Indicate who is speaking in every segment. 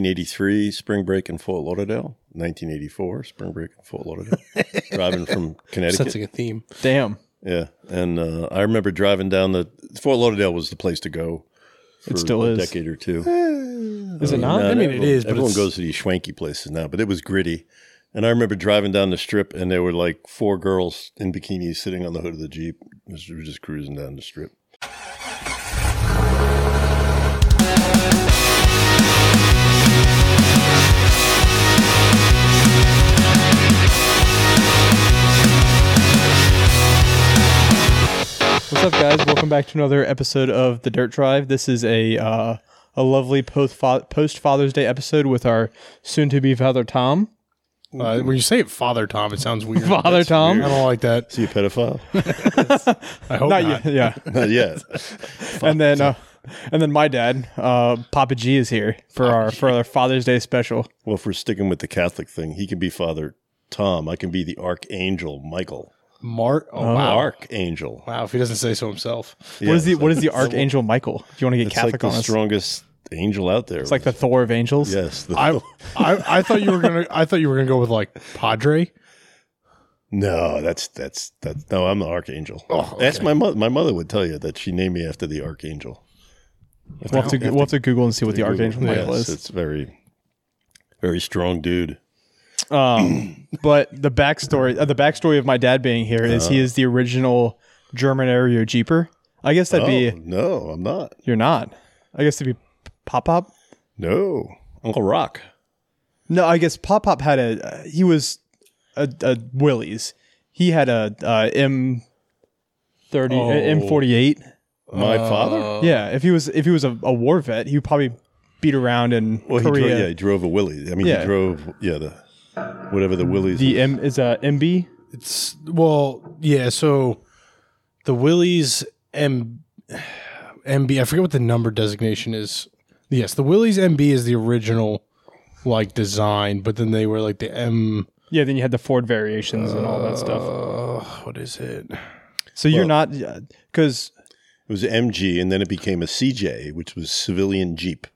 Speaker 1: 1983 spring break in Fort Lauderdale. 1984 spring break in Fort Lauderdale. driving from Connecticut.
Speaker 2: Sensing a theme.
Speaker 3: Damn.
Speaker 1: Yeah, and uh, I remember driving down the Fort Lauderdale was the place to go. For
Speaker 3: It still
Speaker 1: a
Speaker 3: is.
Speaker 1: decade or two. Uh,
Speaker 3: Is it not?
Speaker 1: No,
Speaker 2: I mean, Eh, it
Speaker 1: everyone,
Speaker 2: is, but
Speaker 1: everyone
Speaker 2: it's-
Speaker 1: goes to these swanky places now, but it was gritty. And I remember driving down the strip, and there were like four girls in bikinis sitting on the hood of the jeep. We were just cruising down the strip.
Speaker 3: What's up, guys? Welcome back to another episode of the Dirt Drive. This is a uh, a lovely post post Father's Day episode with our soon to be father Tom.
Speaker 2: Uh, when you say it, Father Tom, it sounds weird.
Speaker 3: Father
Speaker 2: That's
Speaker 3: Tom?
Speaker 2: weird. I don't like that.
Speaker 1: See a pedophile?
Speaker 2: I hope not.
Speaker 3: Not yet, yeah.
Speaker 1: Not yet.
Speaker 3: and then uh, and then my dad, uh, Papa G, is here for our for our Father's Day special.
Speaker 1: Well, if we're sticking with the Catholic thing, he can be Father Tom. I can be the Archangel Michael.
Speaker 2: Mark. Oh, wow.
Speaker 1: Archangel.
Speaker 2: Wow. If he doesn't say so himself.
Speaker 1: Yeah,
Speaker 3: what is the
Speaker 1: it's
Speaker 3: what
Speaker 1: like-
Speaker 3: is the Archangel Michael? Do you want to get
Speaker 1: It's like
Speaker 3: Catholic
Speaker 1: the
Speaker 3: on us?
Speaker 1: strongest angel out there.
Speaker 3: it's like the Thor of angels.
Speaker 1: yes. the-
Speaker 2: I, I I thought you were gonna I thought you were gonna go with like Padre.
Speaker 1: No, that's that's that's no. I'm the archangel.
Speaker 2: Oh, okay.
Speaker 1: That's my mother. My mother would tell you that she named me after the archangel.
Speaker 3: We'll have to we'll have to Google and see what the Archangel Michael
Speaker 1: Yes,
Speaker 3: is.
Speaker 1: it's very, very strong dude.
Speaker 3: Um, but the backstory, uh, the backstory of my dad being here is
Speaker 1: Uh.
Speaker 3: he is the original German area Jeeper. I guess that'd
Speaker 1: Oh,
Speaker 3: be
Speaker 1: no, I'm not.
Speaker 3: you're not. I guess that'd be Pop Pop.
Speaker 1: No, Uncle Rock.
Speaker 3: No, I guess Pop Pop had a. Uh, he was a, a Willie's. He had a uh, M thirty uh,
Speaker 2: Oh.
Speaker 3: M forty eight.
Speaker 1: My father.
Speaker 3: Yeah, if he was if he was a, a war vet, he would probably beat around in
Speaker 1: Well, he drove,
Speaker 3: Korea.
Speaker 1: yeah, he drove a Willie. I mean,
Speaker 3: Yeah.
Speaker 1: he drove yeah the whatever the Willie's.
Speaker 3: The M is a MB.
Speaker 2: It's well, yeah. So the Willie's M MB. I forget what the number designation is. Yes, the Willie's MB is the original like design, but then they were like the M.
Speaker 3: Yeah, then you had the Ford variations and all that stuff.
Speaker 2: Uh, what is it?
Speaker 3: So you're not uh, because
Speaker 1: it was MG, and then it became a CJ, which was civilian Jeep.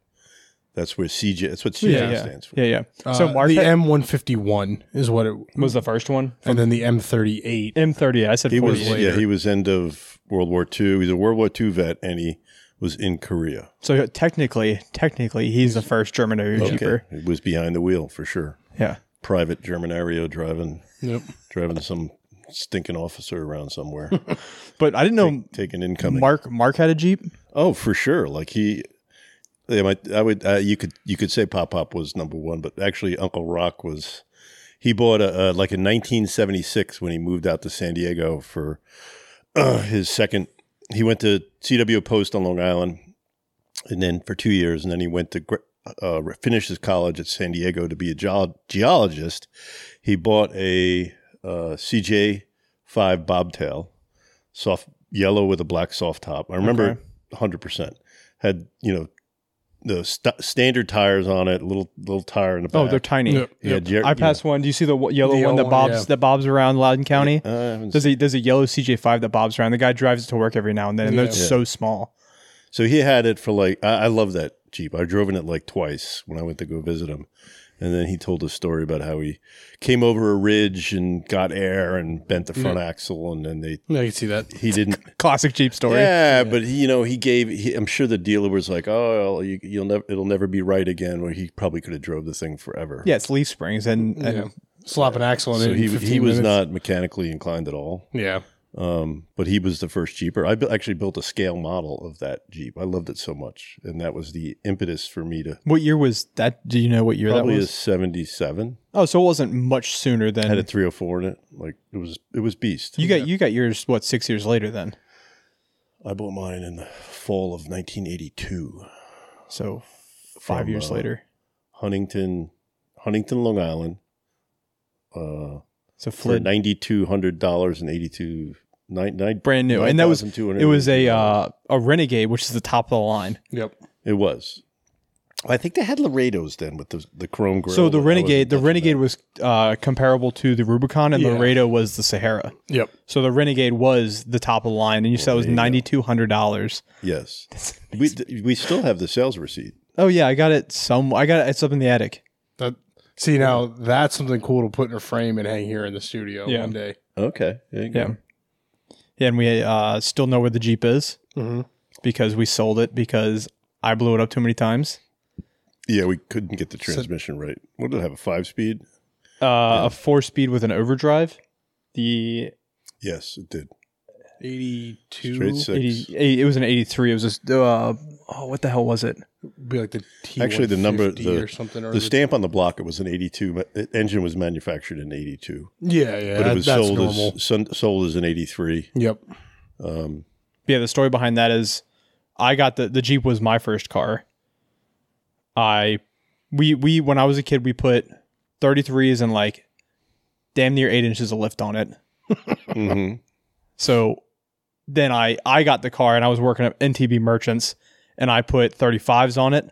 Speaker 1: That's where CJ. That's what CJ
Speaker 3: yeah, yeah,
Speaker 1: stands for.
Speaker 3: yeah, yeah.
Speaker 2: So
Speaker 3: so
Speaker 2: uh,
Speaker 3: Mark
Speaker 2: the M one fifty one is what it,
Speaker 3: was the first one.
Speaker 2: and then the M thirty eight.
Speaker 3: M thirty. I said
Speaker 1: He was
Speaker 3: 48.
Speaker 1: yeah, he was end of World War II. He's a World War II vet, and he was in Korea.
Speaker 3: So technically, technically, he's the first German area Jeeper.
Speaker 1: He was behind the wheel for sure.
Speaker 3: Yeah.
Speaker 1: Private German Ario driving
Speaker 2: Yep.
Speaker 1: driving some stinking officer around somewhere,
Speaker 3: But I didn't know
Speaker 1: taking incoming.
Speaker 3: Mark Mark had a Jeep.
Speaker 1: Oh, for sure. Like he, yeah, my, I would. Uh, you could you could say Pop Pop was number one, but actually Uncle Rock was. He bought a, uh like in 1976 when he moved out to San Diego for uh, his second. He went to CW Post on Long Island, and then for two years, and then he went to gr- uh, finish his college at San Diego to be a geol geologist. He bought a uh, CJ five bobtail, soft yellow with a black soft top. I remember
Speaker 3: Okay.
Speaker 1: hundred percent had you know the st- standard tires on it, little little tire in the back.
Speaker 3: Oh, they're tiny.
Speaker 2: Yep.
Speaker 1: Yeah, Jer-
Speaker 3: I passed one. Do you see the w- yellow
Speaker 2: The
Speaker 3: one
Speaker 2: yellow
Speaker 3: that
Speaker 2: one,
Speaker 3: bobs
Speaker 2: yeah.
Speaker 3: that bobs around Loudon County?
Speaker 1: Yeah. Uh, I haven't
Speaker 3: There's a there's a yellow CJ5 that bobs around. The guy drives it to work every now and then, and
Speaker 2: Yeah.
Speaker 3: they're so small.
Speaker 1: So he had it for like I, I love that Jeep. I've driven it like twice when I went to go visit him. And then he told a story about how he came over a ridge and got air and bent
Speaker 3: Mm-hmm.
Speaker 1: the front axle and then they
Speaker 2: Yeah, I can see that.
Speaker 1: he didn't
Speaker 3: Classic Jeep story.
Speaker 1: yeah, but he, you know, he gave. He, I'm sure the dealer was like, "Oh, well, you, you'll never, it'll never be right again." Where he probably could have drove the thing forever.
Speaker 3: Yeah, it's Leaf Springs, and, and
Speaker 2: Yeah. Slap an axle on it.
Speaker 1: So
Speaker 2: in
Speaker 1: he
Speaker 2: 15
Speaker 1: he was
Speaker 2: minutes.
Speaker 1: not mechanically inclined at all.
Speaker 2: Yeah.
Speaker 1: Um, but he was the first Jeeper. I bu- actually built a scale model of that Jeep. I loved it so much, and that was the impetus for me to
Speaker 3: what year was that? Do you know what year
Speaker 1: probably
Speaker 3: that
Speaker 1: a
Speaker 3: was?
Speaker 1: '77.
Speaker 3: Oh, so it wasn't much sooner than
Speaker 1: Had a 304 in it. Like it was, it was beast.
Speaker 3: you got. You got yours. What six years later then?
Speaker 1: I bought mine in the fall of 1982.
Speaker 3: So five
Speaker 1: From,
Speaker 3: years
Speaker 1: uh,
Speaker 3: later.
Speaker 1: Huntington, Huntington, Long Island. Uh, for
Speaker 3: So Flint,
Speaker 1: ninety two hundred dollars and eighty two nine nine.
Speaker 3: brand new, and that was
Speaker 1: $9,282.
Speaker 3: it was a uh, a Renegade, which is the top of the line.
Speaker 2: Yep.
Speaker 1: It was. I think they had Laredos then with the the chrome grill.
Speaker 3: So the
Speaker 1: I was
Speaker 3: Renegade, the
Speaker 1: nothing
Speaker 3: Renegade was uh, comparable to the Rubicon, and
Speaker 2: Yeah.
Speaker 3: the Laredo was the Sahara.
Speaker 2: Yep.
Speaker 3: So the Renegade was the top of the line, and you said it was ninety two hundred dollars.
Speaker 1: about- Yes, we we still have the sales receipt.
Speaker 3: Oh yeah, I got it. Some I got it. It's up in the attic.
Speaker 2: That see now that's something cool to put in a frame and hang here in the studio
Speaker 3: Yeah.
Speaker 2: one day.
Speaker 1: Okay. There you go.
Speaker 3: Yeah. Yeah, and we uh, still know where the Jeep is
Speaker 2: Mm-hmm.
Speaker 3: because we sold it because I blew it up too many times.
Speaker 1: Yeah, we couldn't get the transmission right. What did it have? A five speed?
Speaker 3: Uh, A four speed with an overdrive, the
Speaker 1: Yes, it did. Straight
Speaker 2: Eighty-two
Speaker 1: six.
Speaker 3: eighty eight it was an eighty three. It was just uh, oh, what the hell was it?
Speaker 2: be like the T
Speaker 1: Actually, the number-
Speaker 2: 150
Speaker 1: the-
Speaker 2: or something or
Speaker 1: The stamp on the block, it was an 82. ma- The engine was manufactured in 82,
Speaker 2: yeah yeah
Speaker 1: but
Speaker 2: that-
Speaker 1: it was
Speaker 2: that's
Speaker 1: sold
Speaker 2: normal.
Speaker 1: as, son- sold as an 83.
Speaker 2: yep
Speaker 1: Um,
Speaker 3: yeah, the story behind that is I got the the Jeep was my first car. I we we when I was a kid we put 33s and like damn near 8 inches of lift on it.
Speaker 1: mhm.
Speaker 3: So then I I got the car and I was working at NTB Merchants and I put 35s on it.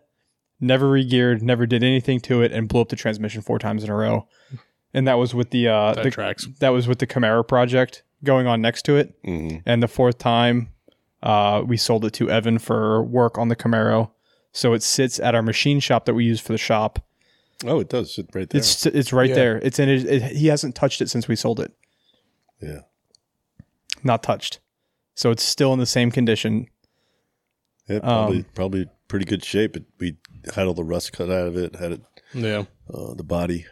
Speaker 3: Never regeared, never did anything to it and blew up the transmission four times in a row. And that was with the uh
Speaker 2: that
Speaker 3: the,
Speaker 2: tracks
Speaker 3: that was with the Camaro project going on next to it
Speaker 1: Mhm.
Speaker 3: and the fourth time uh, we sold it to evan for work on the camaro so it sits at our machine shop that we use for the shop
Speaker 1: Oh, it does sit right there.
Speaker 3: it's it's right
Speaker 2: Yeah.
Speaker 3: there it's in it, it he hasn't touched it since we sold it
Speaker 1: yeah.
Speaker 3: not touched so it's still in the same condition
Speaker 1: Yeah,
Speaker 3: um,
Speaker 1: probably, probably pretty good shape. It, we had all the rust cut out of it, had it,
Speaker 2: yeah
Speaker 1: uh, the body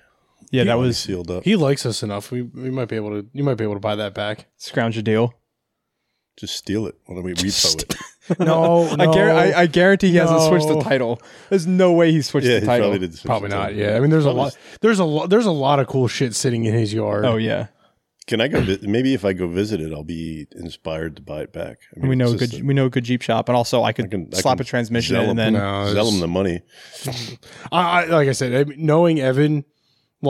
Speaker 3: yeah that
Speaker 1: body
Speaker 3: was
Speaker 1: sealed up.
Speaker 2: he likes us enough we we might be able to you might be able to buy that back
Speaker 3: scrounge a deal
Speaker 1: Just steal it. Why don't we repo
Speaker 3: Just-
Speaker 1: it?
Speaker 2: no,
Speaker 3: I, guar-
Speaker 2: no,
Speaker 3: I, I guarantee he hasn't switched the
Speaker 2: No.
Speaker 3: title there's no way he switched
Speaker 1: Yeah, he
Speaker 3: the title
Speaker 1: probably did. switch
Speaker 2: probably
Speaker 1: the
Speaker 2: not
Speaker 1: time.
Speaker 2: yeah i mean there's a lot there's a lot there's a lot of cool shit sitting in his yard
Speaker 3: oh yeah
Speaker 1: Can I go? vi- Maybe if I go visit it, I'll be inspired to buy it back. I
Speaker 3: we know a
Speaker 1: it's
Speaker 3: good
Speaker 1: just
Speaker 3: we know a good jeep shop and also i could
Speaker 1: can- I
Speaker 3: slap
Speaker 1: can
Speaker 3: a transmission
Speaker 1: sell
Speaker 3: in and then
Speaker 1: them.
Speaker 2: No,
Speaker 1: sell
Speaker 2: it's-
Speaker 1: them the money.
Speaker 2: I, I like I said, I mean, knowing Evan,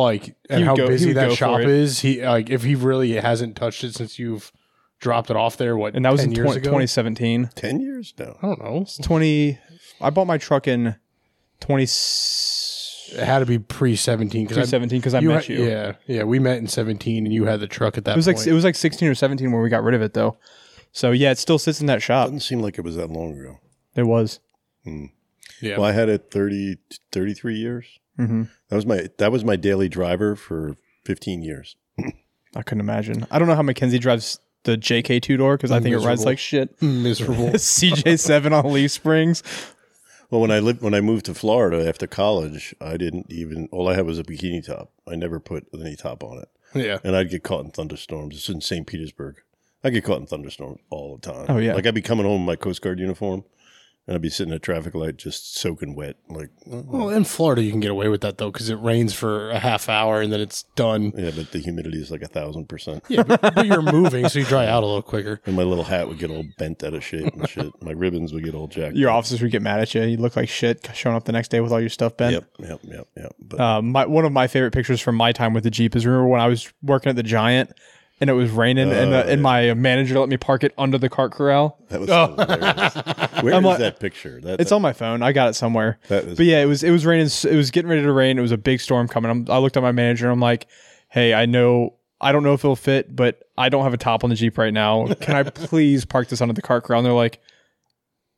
Speaker 2: like and
Speaker 3: would
Speaker 2: how
Speaker 3: go- he
Speaker 2: busy
Speaker 3: would go
Speaker 2: that
Speaker 3: for
Speaker 2: shop
Speaker 3: it.
Speaker 2: is, he like if he really hasn't touched it since you've dropped it off there. What
Speaker 3: and that was
Speaker 2: 10
Speaker 3: in
Speaker 2: years
Speaker 3: 20,
Speaker 2: ago?
Speaker 3: 2017
Speaker 1: Ten years now.
Speaker 2: I don't know.
Speaker 3: It's 20 I bought my truck in 20
Speaker 2: It had to be pre seventeen because
Speaker 3: 2017 cuz I met you.
Speaker 2: Yeah, yeah, we met in seventeen, and you had the truck at that.
Speaker 3: It was
Speaker 2: point.
Speaker 3: like it was like 16 or 17 when we got rid of it though. So yeah, it still sits in that shop.
Speaker 1: Doesn't seem like it was that long ago.
Speaker 3: It was.
Speaker 2: yeah,
Speaker 1: Well, I had it 30, 33 years.
Speaker 3: hmm
Speaker 1: That was my that was my daily driver for fifteen years.
Speaker 3: I couldn't imagine. I don't know how Mackenzie drives the JK two door cuz I think it rides
Speaker 2: Miserable.
Speaker 3: like shit.
Speaker 2: Hmm, miserable.
Speaker 3: CJ7 on Leaf Springs.
Speaker 1: Well, when I lived when I moved to Florida after college, I didn't even all I had was a bikini top. I never put any top on it,
Speaker 2: yeah,
Speaker 1: and I'd get caught in thunderstorms. It's in St. Petersburg. I get caught in thunderstorms all the time.
Speaker 3: Oh, yeah.
Speaker 1: like I'd be coming home in my Coast Guard uniform, and I'd be sitting at a traffic light just soaking wet. Like,
Speaker 2: well, in Florida you can get away with that though because it rains for a half hour and then it's done.
Speaker 1: yeah, but the humidity is like a thousand percent.
Speaker 2: Yeah, but, but you're moving, so you dry out a little quicker.
Speaker 1: And my little hat would get all bent out of shape and shit. My ribbons would get all jacked.
Speaker 3: Your
Speaker 1: up.
Speaker 3: officers would get mad at you. You look like shit showing up the next day with all your stuff bent.
Speaker 1: Yep, yep, yep, yep. But
Speaker 3: Uh, my one of my favorite pictures from my time with the Jeep is remember when I was working at the Giant and it was raining and, the, and my manager let me park it under the cart corral.
Speaker 1: that was hilarious. Where is
Speaker 3: like-
Speaker 1: that picture? That,
Speaker 3: It's on my phone. I got it somewhere.
Speaker 1: that is-
Speaker 3: But yeah, it was it was raining. It was getting ready to rain. It was a big storm coming. I'm, I looked at my manager and I'm like, "Hey, I know I don't know if it'll fit, but I don't have a top on the Jeep right now. Can I please park this under the cart corral?" And they're like,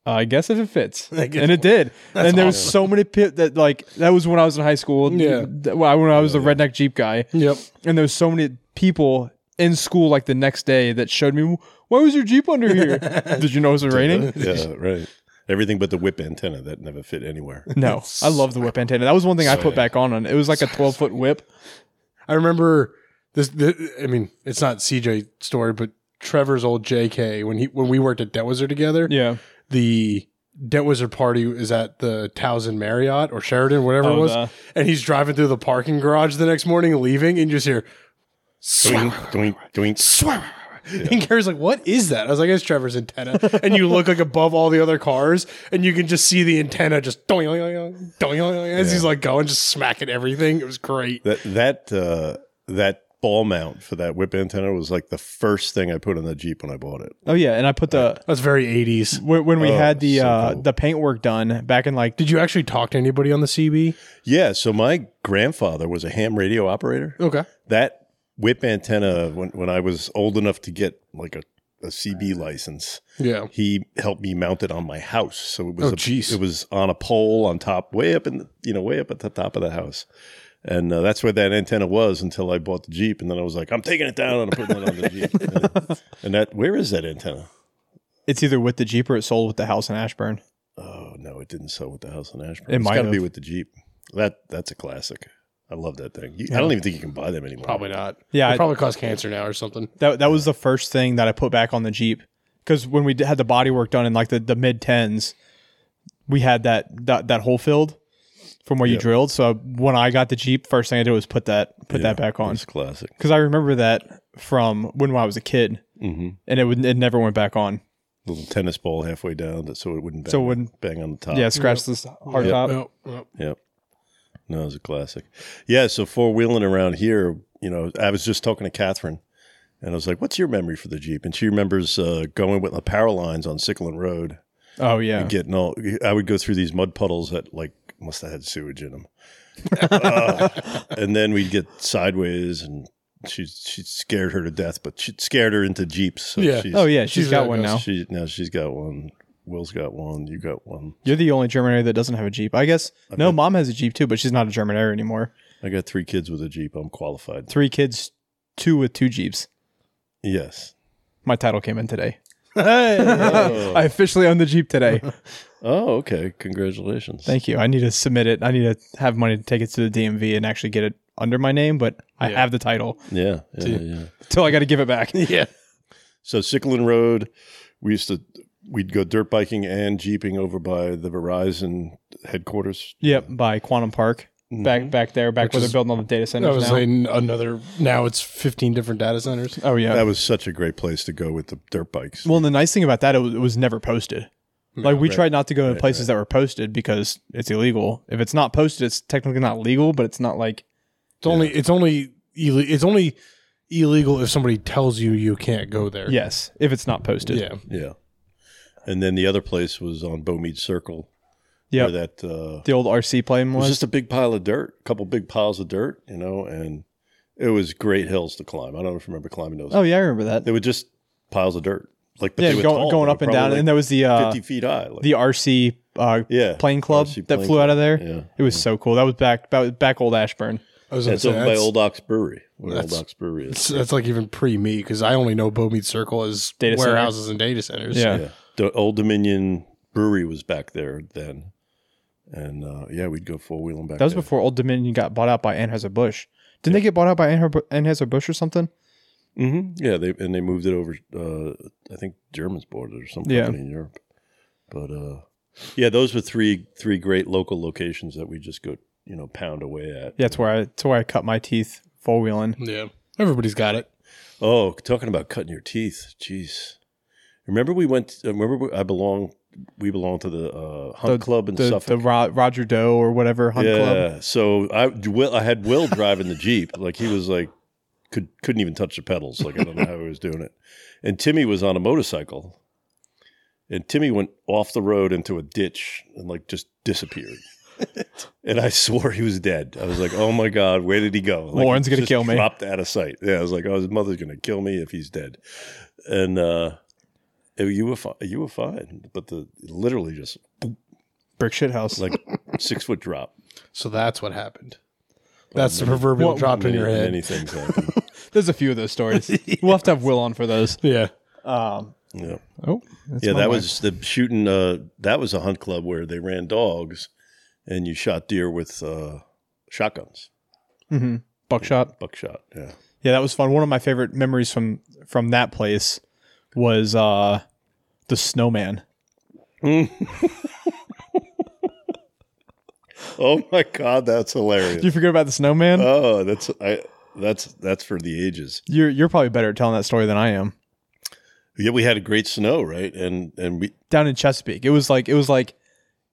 Speaker 3: "Uh, "I guess if it fits," and
Speaker 2: guess-
Speaker 3: it did. And there was so many pit that like that was when I was in high school.
Speaker 2: Yeah.
Speaker 3: That- when I when I was the redneck Jeep guy.
Speaker 2: Yep.
Speaker 3: and there was so many people in school like the next day that showed me why was your jeep under here did you know it was raining
Speaker 1: yeah, right. Everything but the whip antenna that never fit anywhere.
Speaker 3: no i love the whip antenna that was one thing i put back on and it was like a 12 foot whip
Speaker 2: I remember this. The, I mean, it's not CJ story, but Trevor's old JK when he when we worked at Dentwizard together.
Speaker 3: yeah
Speaker 2: The Dentwizard party is at the Towson Marriott or Sheridan, whatever it
Speaker 3: Oh,
Speaker 2: was,
Speaker 3: the-
Speaker 2: and he's driving through the parking garage the next morning, leaving, and you just hear
Speaker 1: Doink,
Speaker 2: swam,
Speaker 1: doink, doink.
Speaker 2: swam. And Gary's like, "What is that?" I was like, "It's Trevor's antenna." and you look like above all the other cars, and you can just see the antenna just doing, doing, doing, as he's like going, just smacking everything. It was great.
Speaker 1: That that uh, that ball mount for that whip antenna was like the first thing I put on the Jeep when I bought it.
Speaker 3: oh yeah and i put the
Speaker 2: That's very '80s.
Speaker 3: when, when we
Speaker 1: Oh,
Speaker 3: had the
Speaker 1: so
Speaker 3: uh
Speaker 1: cool.
Speaker 3: the paintwork done back in like
Speaker 2: Did you actually talk to anybody on the CB?
Speaker 1: Yeah, so my grandfather was a ham radio operator.
Speaker 2: Okay.
Speaker 1: That whip antenna when when I was old enough to get like a a CB license.
Speaker 2: Yeah.
Speaker 1: He helped me mount it on my house, so it was
Speaker 2: Oh,
Speaker 1: a-
Speaker 2: jeez.
Speaker 1: it was on a pole on top, way up in the, you know way up at the top of the house. And uh, that's where that antenna was until I bought the Jeep, and then I was like, "I'm taking it down and I'm putting it on the Jeep." and, and that, where is that antenna?
Speaker 3: It's either with the Jeep or it sold with the house in Ashburn.
Speaker 1: Oh no, it didn't sell with the house in Ashburn.
Speaker 3: It
Speaker 1: it's
Speaker 3: might
Speaker 1: got to be
Speaker 3: have.
Speaker 1: with the Jeep. That that's a classic. I love that thing. You, I don't even think you can buy them anymore.
Speaker 2: Probably not.
Speaker 3: Yeah,
Speaker 2: It
Speaker 3: I-
Speaker 2: probably cause cancer now or something.
Speaker 3: That that was the first thing that I put back on the Jeep because when we d- had the body work done in like the, the mid tens, we had that that that hole filled from where you drilled. So when I got the Jeep, first thing I did was put that put that back on
Speaker 1: It's classic.
Speaker 3: because I remember that from when I was a kid,
Speaker 1: hmm
Speaker 3: and it would it never went back on.
Speaker 1: Little tennis ball halfway down, that so it wouldn't bang,
Speaker 3: So it wouldn't-
Speaker 1: bang on the top.
Speaker 3: Yeah, scratch this hard top.
Speaker 2: Yep, yep.
Speaker 1: Yep. No, it's a classic. Yeah. So four wheeling around here, you know, I was just talking to Catherine, and I was like, "What's your memory for the Jeep?" And she remembers uh, going with the power lines on Sickland Road.
Speaker 3: Oh yeah,
Speaker 1: getting all i would go through these mud puddles that like must have had sewage in them and then we'd get sideways and she she scared her to death but she scared her into jeeps so
Speaker 2: Yeah.
Speaker 1: she's,
Speaker 3: oh yeah, she's
Speaker 2: She's
Speaker 3: got
Speaker 2: got
Speaker 3: one
Speaker 2: us.
Speaker 3: now.
Speaker 1: she now she's got one will's got one you got one
Speaker 3: You're the only German area that doesn't have a Jeep. I guess no, mom has a Jeep too, but she's not a German area anymore.
Speaker 1: i got three kids with a jeep i'm qualified
Speaker 3: Three kids, two with two Jeeps.
Speaker 1: yes
Speaker 3: My title came in today. I officially own the Jeep today.
Speaker 1: oh okay congratulations
Speaker 3: Thank you. I need to submit it. I need to have money to take it to the DMV and actually get it under my name, but I have the title.
Speaker 1: yeah yeah yeah
Speaker 3: So I got to give it back.
Speaker 2: Yeah.
Speaker 1: So Sickland Road, we used to we'd go dirt biking and jeeping over by the Verizon headquarters.
Speaker 3: Yep, by Quantum Park. Back back there, back where they're building all the data
Speaker 2: I
Speaker 3: centers
Speaker 2: Mm-hmm. was
Speaker 3: now.
Speaker 2: saying another. Now it's 15 different data centers.
Speaker 3: oh yeah.
Speaker 1: That was such a great place to go with the dirt bikes.
Speaker 3: well, and the nice thing about that it was, it was never posted. Like we tried not to go to places that were posted because it's illegal. If it's not posted, it's technically not legal, but it's not like
Speaker 2: It's only. It's only. Ill- it's only illegal if somebody tells you you can't go there.
Speaker 3: yes, if it's not posted.
Speaker 2: Yeah.
Speaker 1: Yeah. And then the other place was on Bowmead Circle.
Speaker 3: Yep.
Speaker 1: Where that uh,
Speaker 3: The old RC plane
Speaker 1: was
Speaker 3: was.
Speaker 1: just a big pile of dirt, a couple big piles of dirt, you know, and it was great hills to climb. I don't know if you remember climbing those.
Speaker 3: oh yeah, I remember that.
Speaker 1: They were just piles of dirt. Like but
Speaker 3: yeah,
Speaker 1: they were
Speaker 3: going,
Speaker 1: tall.
Speaker 3: going
Speaker 1: They
Speaker 3: up
Speaker 1: were probably
Speaker 3: and down,
Speaker 1: like
Speaker 3: and there was the uh,
Speaker 1: fifty feet high. Like,
Speaker 3: the RC uh,
Speaker 1: yeah,
Speaker 3: plane club
Speaker 1: RC
Speaker 3: that
Speaker 1: plane
Speaker 3: flew out of
Speaker 1: club.
Speaker 3: there.
Speaker 1: Yeah.
Speaker 3: It was so cool. That was back back, back old Ashburn.
Speaker 2: I was gonna
Speaker 1: That's
Speaker 2: say,
Speaker 1: owned by
Speaker 2: that's,
Speaker 1: Old Ox Brewery. Where Old
Speaker 2: that's-
Speaker 1: Ox Brewery is.
Speaker 2: that's, that's like even pre me because I only know Bowmead Circle as
Speaker 3: Data center.
Speaker 2: warehouses and data centers.
Speaker 3: Yeah.
Speaker 1: Yeah. The Old Dominion Brewery was back there then. And uh, yeah, we'd go four wheeling back.
Speaker 3: That was
Speaker 1: there.
Speaker 3: before Old Dominion got bought out by Anheuser Busch. Didn't they get bought out by Anheuser Busch or something?
Speaker 1: hmm
Speaker 3: Mm-hmm.
Speaker 1: Yeah, they and they moved it over. Uh, I think Germans bought it or some
Speaker 3: Yeah.
Speaker 1: company in Europe. But uh, yeah, those were three three great local locations that we just go you know pound away at.
Speaker 3: Yeah, that's where I that's where I cut my teeth four wheeling.
Speaker 2: Yeah. Everybody's got it.
Speaker 1: Oh, talking about cutting your teeth, jeez. Remember we went. uh, Remember we- I belong. We belong to the uh, hunt club in
Speaker 3: The,
Speaker 1: Suffolk.
Speaker 3: the Ro- Roger Doe or whatever hunt club.
Speaker 1: So I Will I had Will driving the Jeep. Like he was like could couldn't even touch the pedals. Like I don't know how he was doing it. And Timmy was on a motorcycle. And Timmy went off the road into a ditch and like just disappeared. and I swore he was dead. I was like, "Oh my god, where did he go?" Like,
Speaker 3: Lauren's
Speaker 1: he
Speaker 3: gonna
Speaker 1: just
Speaker 3: kill me.
Speaker 1: Dropped out of sight. Yeah, I was like, "Oh, his mother's gonna kill me if he's dead." And uh, you were fine. You were fine, but the literally just
Speaker 3: Brick shit house.
Speaker 1: like six foot drop.
Speaker 2: So that's what happened. That's the proverbial drop in
Speaker 1: many,
Speaker 2: your head.
Speaker 1: Many things happen.
Speaker 3: There's a few of those stories. We'll have to have Will on for those.
Speaker 2: Yeah.
Speaker 3: Um,
Speaker 1: yeah,
Speaker 3: oh, that's
Speaker 1: yeah.
Speaker 3: my
Speaker 1: That
Speaker 3: wife.
Speaker 1: was the shooting. Uh, that was a hunt club where they ran dogs, and you shot deer with uh, shotguns,
Speaker 3: Mhm. buckshot.
Speaker 1: buckshot. Yeah,
Speaker 3: Yeah, that was fun. One of my favorite memories from from that place was uh the snowman.
Speaker 1: Oh my god, that's
Speaker 3: Do you
Speaker 1: hilarious.
Speaker 3: forget about the snowman?
Speaker 1: oh, that's I. That's that's for the ages.
Speaker 3: you're you're probably better at telling that story than I am.
Speaker 1: Yeah, we had a great snow, right? And and we
Speaker 3: Down in Chesapeake, it was like it was like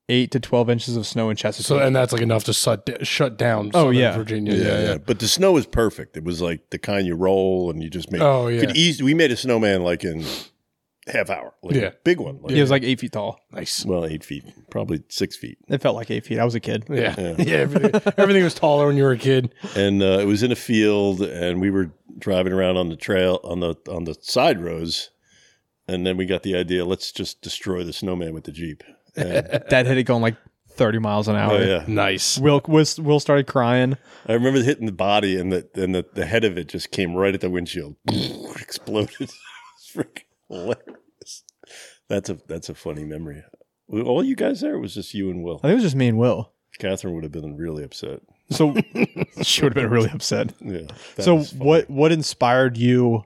Speaker 3: eight to twelve inches of snow in Chesapeake.
Speaker 2: So and that's like enough to shut shut down.
Speaker 3: Oh,
Speaker 2: Southern
Speaker 3: yeah.
Speaker 2: Virginia.
Speaker 1: yeah, yeah, But the snow was perfect. It was like the kind you roll and you just make.
Speaker 2: Oh yeah.
Speaker 1: Could easy, we made a snowman like in half hour. Like
Speaker 2: Yeah.
Speaker 1: a big one. Like,
Speaker 3: Yeah, it was like eight feet tall.
Speaker 2: nice.
Speaker 1: well, eight feet, probably six feet.
Speaker 3: It felt like eight feet. I was a kid.
Speaker 2: Yeah.
Speaker 1: Yeah.
Speaker 2: Yeah. everything, everything was taller when you were a kid.
Speaker 1: and uh, it was in a field, and we were driving around on the trail on the on the side roads, and then we got the idea let's just destroy the snowman with the jeep. And,
Speaker 3: Dad had it going like 30 miles an hour.
Speaker 1: oh yeah,
Speaker 2: Nice.
Speaker 3: Will, Will Will started crying.
Speaker 1: I remember hitting the body and the and the, the head of it just came right at the windshield, exploded. It's freaking hilarious. That's a that's a funny memory. Were all you guys there? Or was just you and Will.
Speaker 3: I think it was just me and Will.
Speaker 1: Catherine would have been really upset.
Speaker 3: So she would have been really upset.
Speaker 1: Yeah. that
Speaker 3: so
Speaker 1: was funny.
Speaker 3: what what inspired you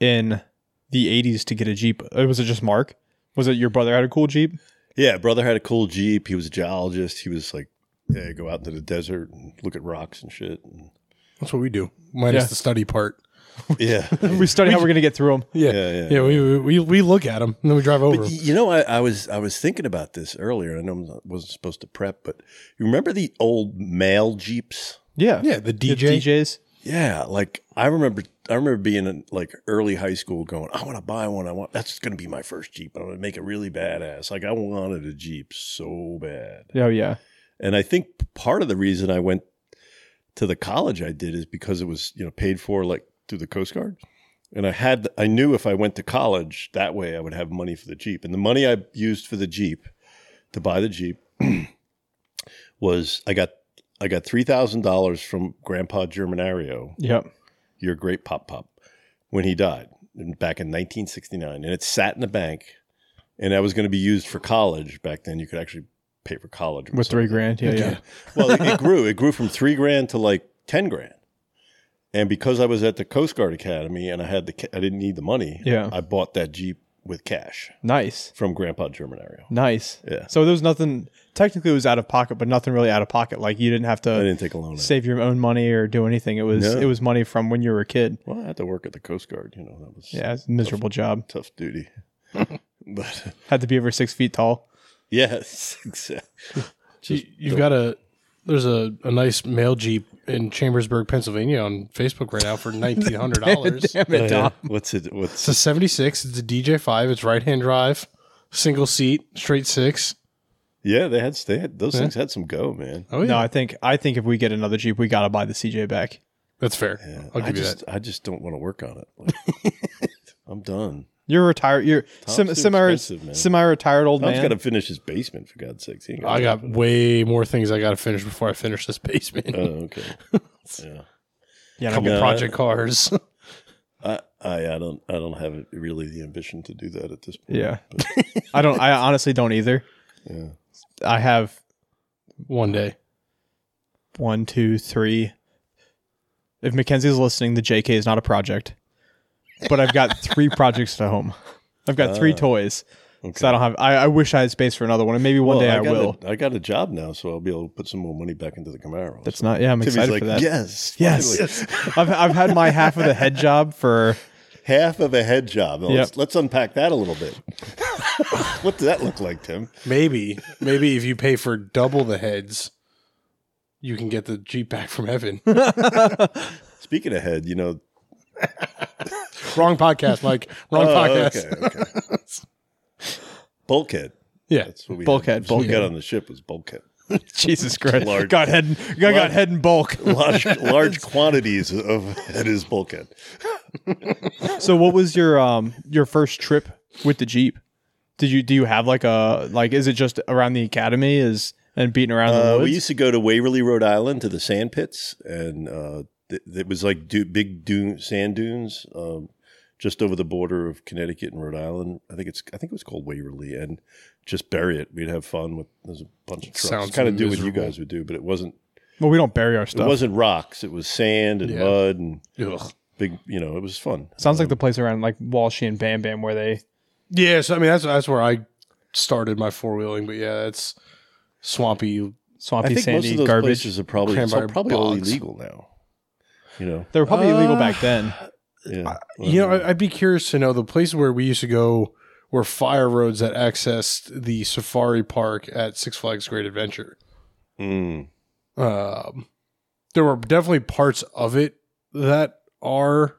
Speaker 3: in the 80s to get a Jeep? Uh, Was it just Mark? Was it your brother had a cool Jeep?
Speaker 1: Yeah, brother had a cool Jeep. He was a geologist. He was like, yeah, go out into the desert and look at rocks and shit. And-
Speaker 2: That's what we do, minus
Speaker 3: Yeah.
Speaker 2: the study part.
Speaker 1: yeah.
Speaker 3: We studied how we're going to get through them.
Speaker 2: Yeah,
Speaker 1: Yeah, yeah,
Speaker 2: yeah. we, we- we we look at them and then we drive over.
Speaker 1: But
Speaker 2: 'em.
Speaker 1: y- you know, I, I was I was thinking about this earlier. I know I wasn't supposed to prep, but you remember the old male Jeeps?
Speaker 3: Yeah.
Speaker 2: yeah, the
Speaker 3: The
Speaker 2: DJ.
Speaker 3: DJs.
Speaker 1: Yeah, like I remember I remember being in like early high school going, I want to buy one. I want that's going to be my first Jeep. I'm going to make it really badass. Like I wanted a Jeep so bad.
Speaker 3: Oh, yeah.
Speaker 1: And I think part of the reason I went to the college I did is because it was, you know, paid for like through the Coast Guard. And I had I knew if I went to college that way I would have money for the Jeep. And the money I used for the Jeep to buy the Jeep was I got I got three thousand dollars from Grandpa Germanario,
Speaker 3: Yep.
Speaker 1: your great pop pop, when he died in, back in nineteen sixty nine. And it sat in the bank and that was going to be used for college back then. You could actually pay for college
Speaker 3: With
Speaker 1: something.
Speaker 3: three grand. Yeah, yeah.
Speaker 1: Well, it, it grew. It grew from three grand to like ten grand. And because I was at the Coast Guard Academy and I had the, ca- I didn't need the money.
Speaker 3: Yeah.
Speaker 1: I bought that Jeep with cash
Speaker 3: Nice.
Speaker 1: from Grandpa Germanario.
Speaker 3: Nice.
Speaker 1: Yeah.
Speaker 3: So there was nothing, technically, it was out of pocket, but nothing really out of pocket. Like you didn't have
Speaker 2: Uh,
Speaker 1: I
Speaker 3: to
Speaker 1: didn't take a loan. out.
Speaker 3: save your own money or do anything. It was
Speaker 1: No.
Speaker 3: it was money from when you were a kid.
Speaker 1: Well, I had to work at the Coast Guard. You know, that was
Speaker 3: Yeah, it's a miserable job.
Speaker 1: tough duty. but
Speaker 3: Had to be over six feet tall.
Speaker 1: yes, exactly.
Speaker 2: You, you've got a there's a, a nice mail jeep in Chambersburg, Pennsylvania, on Facebook right now for nineteen hundred dollars. It's
Speaker 1: Oh,
Speaker 3: Damn it, Dom.
Speaker 1: What's it? What's
Speaker 2: a seventy six. It's a DJ five. It's right hand drive, single seat, straight six.
Speaker 1: yeah? They had, they had those things had some go, man.
Speaker 2: Oh yeah,
Speaker 3: No, I think I think if we get another Jeep, we gotta buy the CJ back.
Speaker 2: that's fair.
Speaker 1: Yeah,
Speaker 2: I'll
Speaker 1: I
Speaker 2: give you
Speaker 1: just,
Speaker 2: that.
Speaker 1: I just don't want to work on it. Like, I'm done.
Speaker 3: You're retired. You're
Speaker 1: Tom's
Speaker 3: sem-
Speaker 1: too
Speaker 3: semi
Speaker 1: expensive, man.
Speaker 3: semi retired old
Speaker 1: Tom's
Speaker 3: man.
Speaker 1: got to finish his basement for God's sakes. He ain't
Speaker 2: I got
Speaker 1: nothing.
Speaker 2: way more things I got to finish before I finish this basement.
Speaker 1: Oh, okay. yeah.
Speaker 3: yeah,
Speaker 2: a
Speaker 3: and I'm
Speaker 2: couple
Speaker 1: no.
Speaker 2: project cars.
Speaker 1: I, I I don't I don't have really the ambition to do that at this point.
Speaker 3: Yeah. I don't. I honestly don't either.
Speaker 1: Yeah.
Speaker 3: I have
Speaker 2: One day.
Speaker 3: one, two, three. If Mackenzie's listening, the JK is not a project, but I've got three projects at home. I've got three
Speaker 1: Ah,
Speaker 3: toys,
Speaker 1: Okay.
Speaker 3: so I don't have. I, I wish I had space for another one, and maybe one
Speaker 1: Well,
Speaker 3: day I,
Speaker 1: got
Speaker 3: will.
Speaker 1: A, I got a job now, so I'll be able to put some more money back into the Camaro.
Speaker 3: That's
Speaker 1: So
Speaker 3: not. Yeah, I'm
Speaker 1: Timmy's
Speaker 3: excited
Speaker 1: like,
Speaker 3: for that.
Speaker 1: Yes,
Speaker 3: Yes.
Speaker 1: finally."
Speaker 3: I've I've had my half of the head job for.
Speaker 1: half of a head job. Now,
Speaker 3: Yep.
Speaker 1: Let's, let's unpack that a little bit. what does that look like, Tim?
Speaker 2: Maybe, maybe if you pay for double the heads, you can get the Jeep back from heaven.
Speaker 1: Speaking of head, you know.
Speaker 2: Wrong podcast, Mike. Wrong
Speaker 1: Oh,
Speaker 2: podcast.
Speaker 1: okay, okay. bulkhead.
Speaker 2: Yeah.
Speaker 1: That's what we
Speaker 3: Bulkhead,
Speaker 1: Had. That's what we got
Speaker 3: bulkhead.
Speaker 1: on the ship was bulkhead.
Speaker 3: Jesus Christ!
Speaker 1: Large.
Speaker 3: Got head. I got head in bulk.
Speaker 1: Large, large quantities of head is bulkhead.
Speaker 3: So what was your um your first trip with the Jeep? Did you do you have like a like is it just around the academy is and beating around
Speaker 1: Uh,
Speaker 3: the
Speaker 1: we
Speaker 3: woods?
Speaker 1: used to go to Waverly, Rhode Island, to the sand pits, and uh, th- it was like du- big dune- sand dunes um, just over the border of Connecticut and Rhode Island. I think it's I think it was called Waverly, and just bury it. We'd have fun with there's a bunch of trucks.
Speaker 2: Sounds
Speaker 1: Kind of do what you
Speaker 2: miserable.
Speaker 1: guys would do, but it wasn't
Speaker 3: well, we don't bury our
Speaker 1: it
Speaker 3: stuff.
Speaker 1: wasn't rocks. It was sand and
Speaker 2: Yeah.
Speaker 1: mud and
Speaker 2: Ugh.
Speaker 1: big. You know, it was fun.
Speaker 3: Sounds like the place around like Walshy and Bam Bam where they
Speaker 2: Yeah, so I mean that's that's where I started my four wheeling, but yeah, it's swampy.
Speaker 1: I
Speaker 3: swampy
Speaker 1: think most
Speaker 3: sandy
Speaker 1: of those
Speaker 3: garbage.
Speaker 1: places are probably
Speaker 2: crammed
Speaker 1: it's all-
Speaker 2: by
Speaker 1: probably all
Speaker 2: bogs.
Speaker 1: illegal now. You know,
Speaker 3: They were probably illegal back
Speaker 2: Uh,
Speaker 3: then.
Speaker 1: yeah.
Speaker 2: You know, I- I'd be curious to know the places where we used to go were fire roads that accessed the safari park at Six Flags Great Adventure.
Speaker 1: Mm.
Speaker 2: Um, there were definitely parts of it that are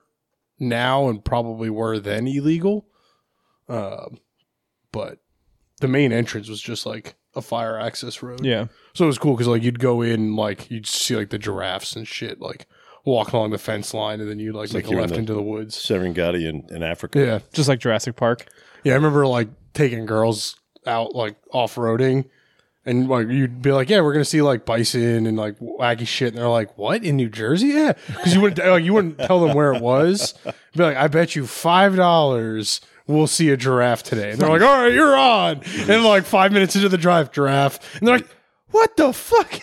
Speaker 2: now and probably were then illegal. Um, but the main entrance was just like a fire access road.
Speaker 3: Yeah.
Speaker 2: So it was cool because like you'd go in, like you'd see like the giraffes and shit, like walking along the fence line, and then you like
Speaker 1: like
Speaker 2: make a
Speaker 1: you're in
Speaker 2: left
Speaker 1: the-
Speaker 2: into the woods.
Speaker 1: Serengeti in, in Africa.
Speaker 2: Yeah,
Speaker 3: Just like Jurassic Park.
Speaker 2: yeah. I remember like taking girls out like off roading, and like you'd be like, "Yeah, we're gonna see like bison and like wacky shit," and they're like, "What in New Jersey?" Yeah, because you wouldn't like, you wouldn't tell them where it was. Be like, "I bet you five dollars." We'll see a giraffe today. And they're like, all right, you're on. And like five minutes into the drive, giraffe. And they're like, what the fuck?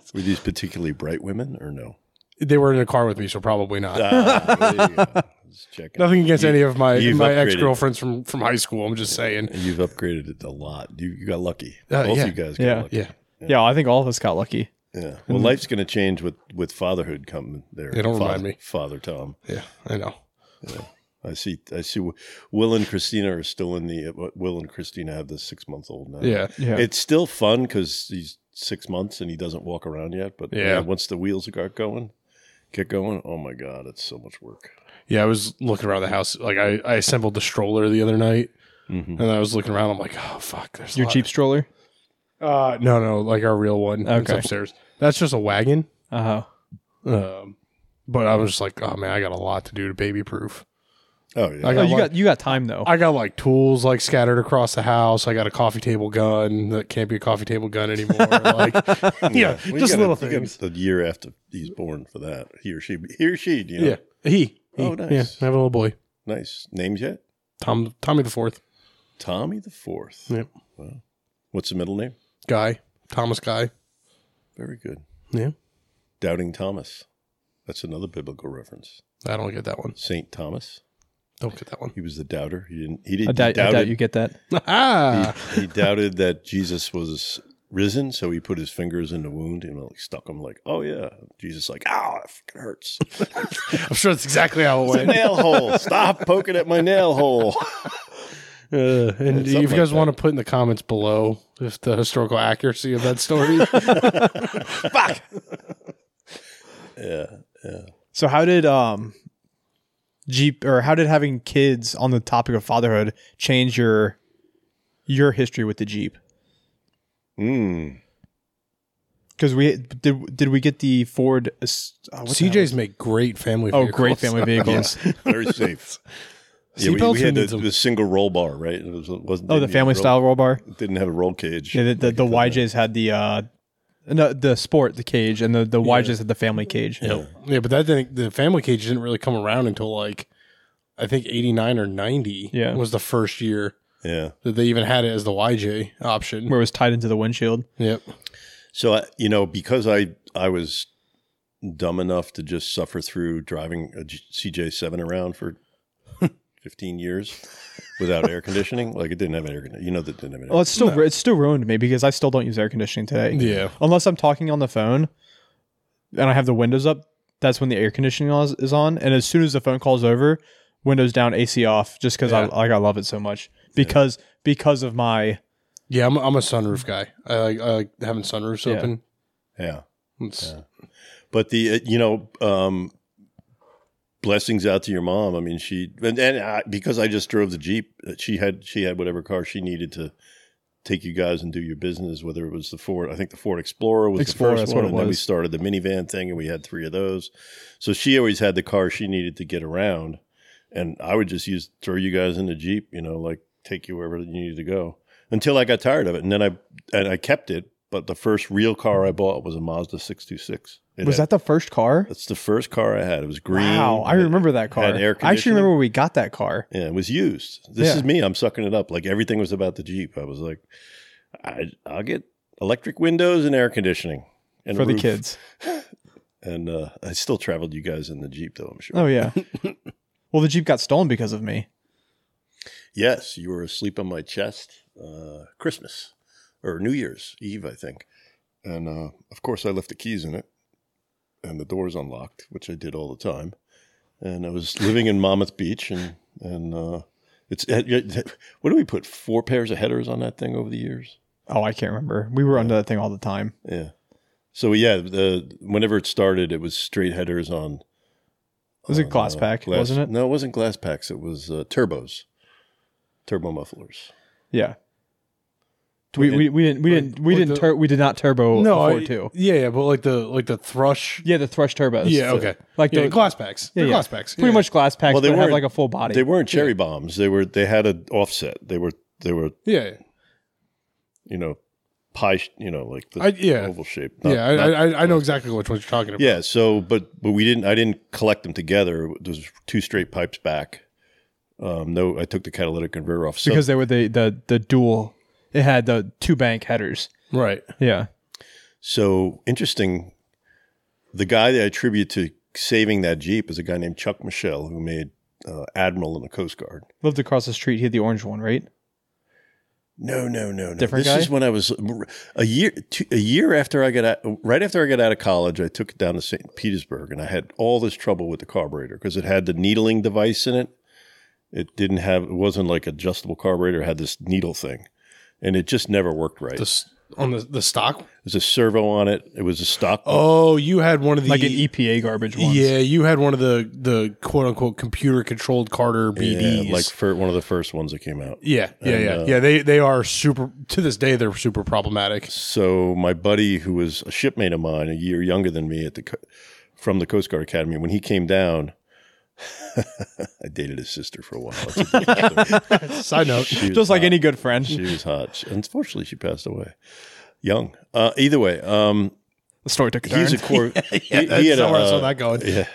Speaker 1: Were these particularly bright women or no?
Speaker 2: they were in a car with me, so probably not. Uh,
Speaker 1: Ah, there you go. Just checking.
Speaker 2: Nothing against
Speaker 1: You-
Speaker 2: any of my
Speaker 1: you've
Speaker 2: my
Speaker 1: upgraded.
Speaker 2: ex girlfriends from from high school. I'm just saying.
Speaker 1: And you've upgraded it a lot. You, you got lucky.
Speaker 2: Uh,
Speaker 1: Both
Speaker 2: yeah.
Speaker 1: you guys got
Speaker 3: Yeah.
Speaker 1: lucky.
Speaker 2: Yeah,
Speaker 3: Yeah. I think all of us got lucky.
Speaker 1: Yeah. Well, life's going to change with with fatherhood coming there.
Speaker 2: Yeah, don't
Speaker 1: Father,
Speaker 2: remind me.
Speaker 1: Father Tom.
Speaker 2: yeah, I know.
Speaker 1: I see. I see. Will and Christina are still in the. uh, Will and Christina have the six month old now.
Speaker 2: Yeah,
Speaker 3: Yeah.
Speaker 1: It's still fun because he's six months and he doesn't walk around yet. But
Speaker 2: Yeah.
Speaker 1: man, once the wheels got going, get going. Oh my god, it's so much work.
Speaker 2: yeah. I was looking around the house. Like I, I assembled the stroller the other night,
Speaker 1: Mhm.
Speaker 2: and I was looking around. I'm like, oh fuck, there's a
Speaker 3: Your
Speaker 2: lot.
Speaker 3: cheap stroller.
Speaker 2: Uh, no, no, like our real one. It's
Speaker 3: Okay.
Speaker 2: upstairs. That's just a wagon.
Speaker 3: Uh huh.
Speaker 2: Um, but I was just like, oh man, I got a lot to do to baby proof.
Speaker 1: Oh yeah.
Speaker 2: I
Speaker 3: Oh,
Speaker 2: got,
Speaker 3: you
Speaker 2: like,
Speaker 3: got you got time though.
Speaker 2: I got like tools like scattered across the house. I got a coffee table gun that can't be a coffee table gun anymore. like, yeah,
Speaker 1: Well, you
Speaker 2: just
Speaker 1: gotta-
Speaker 2: little
Speaker 1: you gotta-
Speaker 2: things.
Speaker 1: The year after he's born for that, he or she, he or she. You know,
Speaker 2: Yeah, he.
Speaker 1: Oh,
Speaker 2: He.
Speaker 1: nice.
Speaker 2: Yeah, I have a little boy,
Speaker 1: Nice names yet?
Speaker 2: Tom, Tommy the Fourth,
Speaker 1: Tommy the Fourth.
Speaker 2: Yep.
Speaker 1: Wow. What's the middle name?
Speaker 2: guy, Thomas guy.
Speaker 1: Very good.
Speaker 2: Yeah,
Speaker 1: Doubting Thomas. That's another biblical reference.
Speaker 2: I don't get that one.
Speaker 1: Saint Thomas.
Speaker 2: Don't get that one.
Speaker 1: He was the doubter. He didn't. He didn't.
Speaker 3: I doubt,
Speaker 1: he
Speaker 3: I doubt
Speaker 1: doubted,
Speaker 3: you get that.
Speaker 2: Ah,
Speaker 1: he, he doubted that Jesus was risen, so he put his fingers in the wound and like stuck him. Like, oh yeah, Jesus. Like, ow, that fucking hurts.
Speaker 2: I'm sure that's exactly how it
Speaker 1: It's a
Speaker 2: went.
Speaker 1: nail hole. Stop poking at my nail hole.
Speaker 2: Uh, and if
Speaker 1: something
Speaker 2: you guys
Speaker 1: like
Speaker 2: want to put in the comments below if the historical accuracy of that story,
Speaker 1: Fuck. Yeah.
Speaker 3: So how did um Jeep or how did having kids on the topic of fatherhood change your your history with the Jeep?
Speaker 1: Mm.
Speaker 3: Because we did did we get the Ford uh, what the hell is-
Speaker 2: CJs make great family.
Speaker 3: Oh,
Speaker 2: vehicles.
Speaker 3: great family vehicles.
Speaker 1: Very safe. Yeah, we,
Speaker 2: Seatbelts,
Speaker 1: we
Speaker 2: who
Speaker 1: had the,
Speaker 2: needs 'em?
Speaker 1: the single roll bar, right? It was, wasn't
Speaker 3: oh, the
Speaker 1: didn't
Speaker 3: family
Speaker 1: have a roll-
Speaker 3: style roll bar.
Speaker 1: didn't have a roll cage.
Speaker 3: Yeah, the the, the YJs had the uh no, the sport, the cage, and the the YJs had the family cage.
Speaker 2: Yeah, but that didn't, the family cage didn't really come around until like I think '89 or '90.
Speaker 3: Yeah.
Speaker 2: was the first year
Speaker 1: yeah.
Speaker 2: that they even had it as the YJ option.
Speaker 3: Where it was tied into the windshield.
Speaker 2: Yep.
Speaker 1: So I- you know, because I I was dumb enough to just suffer through driving a G- CJ7 around for 15 years without air conditioning. Like it didn't have air conditioning. You know that didn't have air.
Speaker 3: Well, it's still it's still ruined me because I still don't use air conditioning today.
Speaker 2: Yeah.
Speaker 3: unless I'm talking on the phone and I have the windows up, that's when the air conditioning is, is on. And as soon as the phone call's over, windows down, AC off, just because
Speaker 2: Yeah.
Speaker 3: I like I love it so much because because of my
Speaker 2: Yeah, I'm, I'm a sunroof guy. I like I like having sunroofs
Speaker 3: Yeah.
Speaker 2: open.
Speaker 1: yeah.
Speaker 2: It's,
Speaker 1: Yeah. But the uh, you know um, blessings out to your mom. I mean, she and, and I, because I just drove the jeep, uh, she had she had whatever car she needed to take you guys and do your business. Whether it was the Ford, I think the Ford Explorer was
Speaker 3: Explorer,
Speaker 1: the first
Speaker 3: that's
Speaker 1: one,
Speaker 3: what it
Speaker 1: and then we
Speaker 3: was.
Speaker 1: started the minivan thing, and we had three of those. So she always had the car she needed to get around, and I would just use throw you guys in the jeep. You know, like take you wherever you needed to go until I got tired of it, and then I and I kept it. But the first real car I bought was a Mazda six two six.
Speaker 3: was that the first car?
Speaker 1: That's the first car I had. It was green.
Speaker 3: Wow, I
Speaker 1: It-
Speaker 3: remember that car.
Speaker 1: had air
Speaker 3: I actually
Speaker 1: conditioning.
Speaker 3: remember when we got that car.
Speaker 1: Yeah, it was used. This
Speaker 3: Yeah.
Speaker 1: is me. I'm sucking it up. Like everything was about the Jeep. I was like, I, I'll get electric windows and air conditioning and a
Speaker 3: for the
Speaker 1: roof.
Speaker 3: kids.
Speaker 1: And uh, I still traveled you guys in the Jeep, though. I'm sure.
Speaker 3: Oh yeah. well, the Jeep got stolen because of me.
Speaker 1: Yes, you were asleep on my chest. Uh, Christmas or New Year's Eve, I think. And uh, of course, I left the keys in it, and the doors unlocked, which I did all the time. And I was living in Monmouth Beach, and and uh, it's what do we put four pairs of headers on that thing over the years?
Speaker 3: Oh, I can't remember. We were under that thing all the time.
Speaker 1: Yeah. So yeah, the whenever it started, it was straight headers on.
Speaker 3: It was a
Speaker 1: on,
Speaker 3: glass
Speaker 1: uh,
Speaker 3: pack,
Speaker 1: glass-
Speaker 3: wasn't it?
Speaker 1: No, it wasn't glass packs. It was uh, turbos, turbo mufflers.
Speaker 3: Yeah. We, we, we didn't we didn't we
Speaker 2: like
Speaker 3: didn't
Speaker 2: the-
Speaker 3: tur- we did not turbo
Speaker 2: No,
Speaker 3: no,
Speaker 2: I-
Speaker 3: too.
Speaker 2: yeah, yeah, but like the like the thrush.
Speaker 3: Yeah, the Thrush turbos.
Speaker 2: Yeah, okay.
Speaker 3: Like
Speaker 2: yeah,
Speaker 3: the
Speaker 2: glass packs.
Speaker 3: yeah,
Speaker 2: They're
Speaker 3: yeah.
Speaker 2: glass packs.
Speaker 3: Pretty
Speaker 2: yeah.
Speaker 3: much glass packs.
Speaker 1: Well, they
Speaker 3: but have
Speaker 1: weren't-
Speaker 3: like a full body.
Speaker 1: They weren't cherry bombs. They were they had an offset. They were they were
Speaker 2: Yeah.
Speaker 1: you know pie sh- you know like the
Speaker 2: I, yeah.
Speaker 1: oval shape.
Speaker 2: Yeah,
Speaker 1: not-
Speaker 2: I,
Speaker 1: not-
Speaker 2: I I- I know exactly which ones you're talking about.
Speaker 1: Oh, yeah. So but but we didn't. I didn't collect them together. There was two straight pipes back. Um, no, I took the catalytic converter off. So
Speaker 3: because they were the the the dual. It had the two bank headers.
Speaker 2: Right.
Speaker 3: Yeah.
Speaker 1: So interesting. The guy that I attribute to saving that Jeep is a guy named Chuck Michelle, who made uh, Admiral in the Coast Guard.
Speaker 3: Lived across the street. He had the orange one, right?
Speaker 1: No, no, no, no.
Speaker 3: Different
Speaker 1: this
Speaker 3: guy?
Speaker 1: is when I was a year, two, a year after I got out, right after I got out of college, I took it down to St. Petersburg, and I had all this trouble with the carburetor because it had the needling device in it. It didn't have, it wasn't like adjustable carburetor. It had this needle thing, and it just never worked right.
Speaker 2: The s on the the stock.
Speaker 1: There's a servo on it. It was a stock.
Speaker 2: Oh, you had one of the
Speaker 3: Like an
Speaker 1: E
Speaker 3: EPA garbage one.
Speaker 2: Yeah, you had one of the the quote unquote computer controlled Carter
Speaker 1: yeah,
Speaker 2: BDs.
Speaker 1: like uh, for one of the first ones that came out.
Speaker 2: yeah, yeah, yeah, yeah. They they are super to this day. They're super problematic.
Speaker 1: So my buddy, who was a shipmate of mine, a year younger than me at the co- from the Coast Guard Academy, when he came down, I dated his sister for a while. It's a different story.
Speaker 2: Side note.
Speaker 1: She was
Speaker 3: Just like
Speaker 1: hot.
Speaker 3: any good friend.
Speaker 1: she was hot. She- Unfortunately, she passed away young. Uh, either way, um,
Speaker 3: The story took a turn.
Speaker 1: he's a core. he- he,
Speaker 2: That's
Speaker 1: had a,
Speaker 2: not where I saw
Speaker 1: uh,
Speaker 2: that going.
Speaker 1: yeah,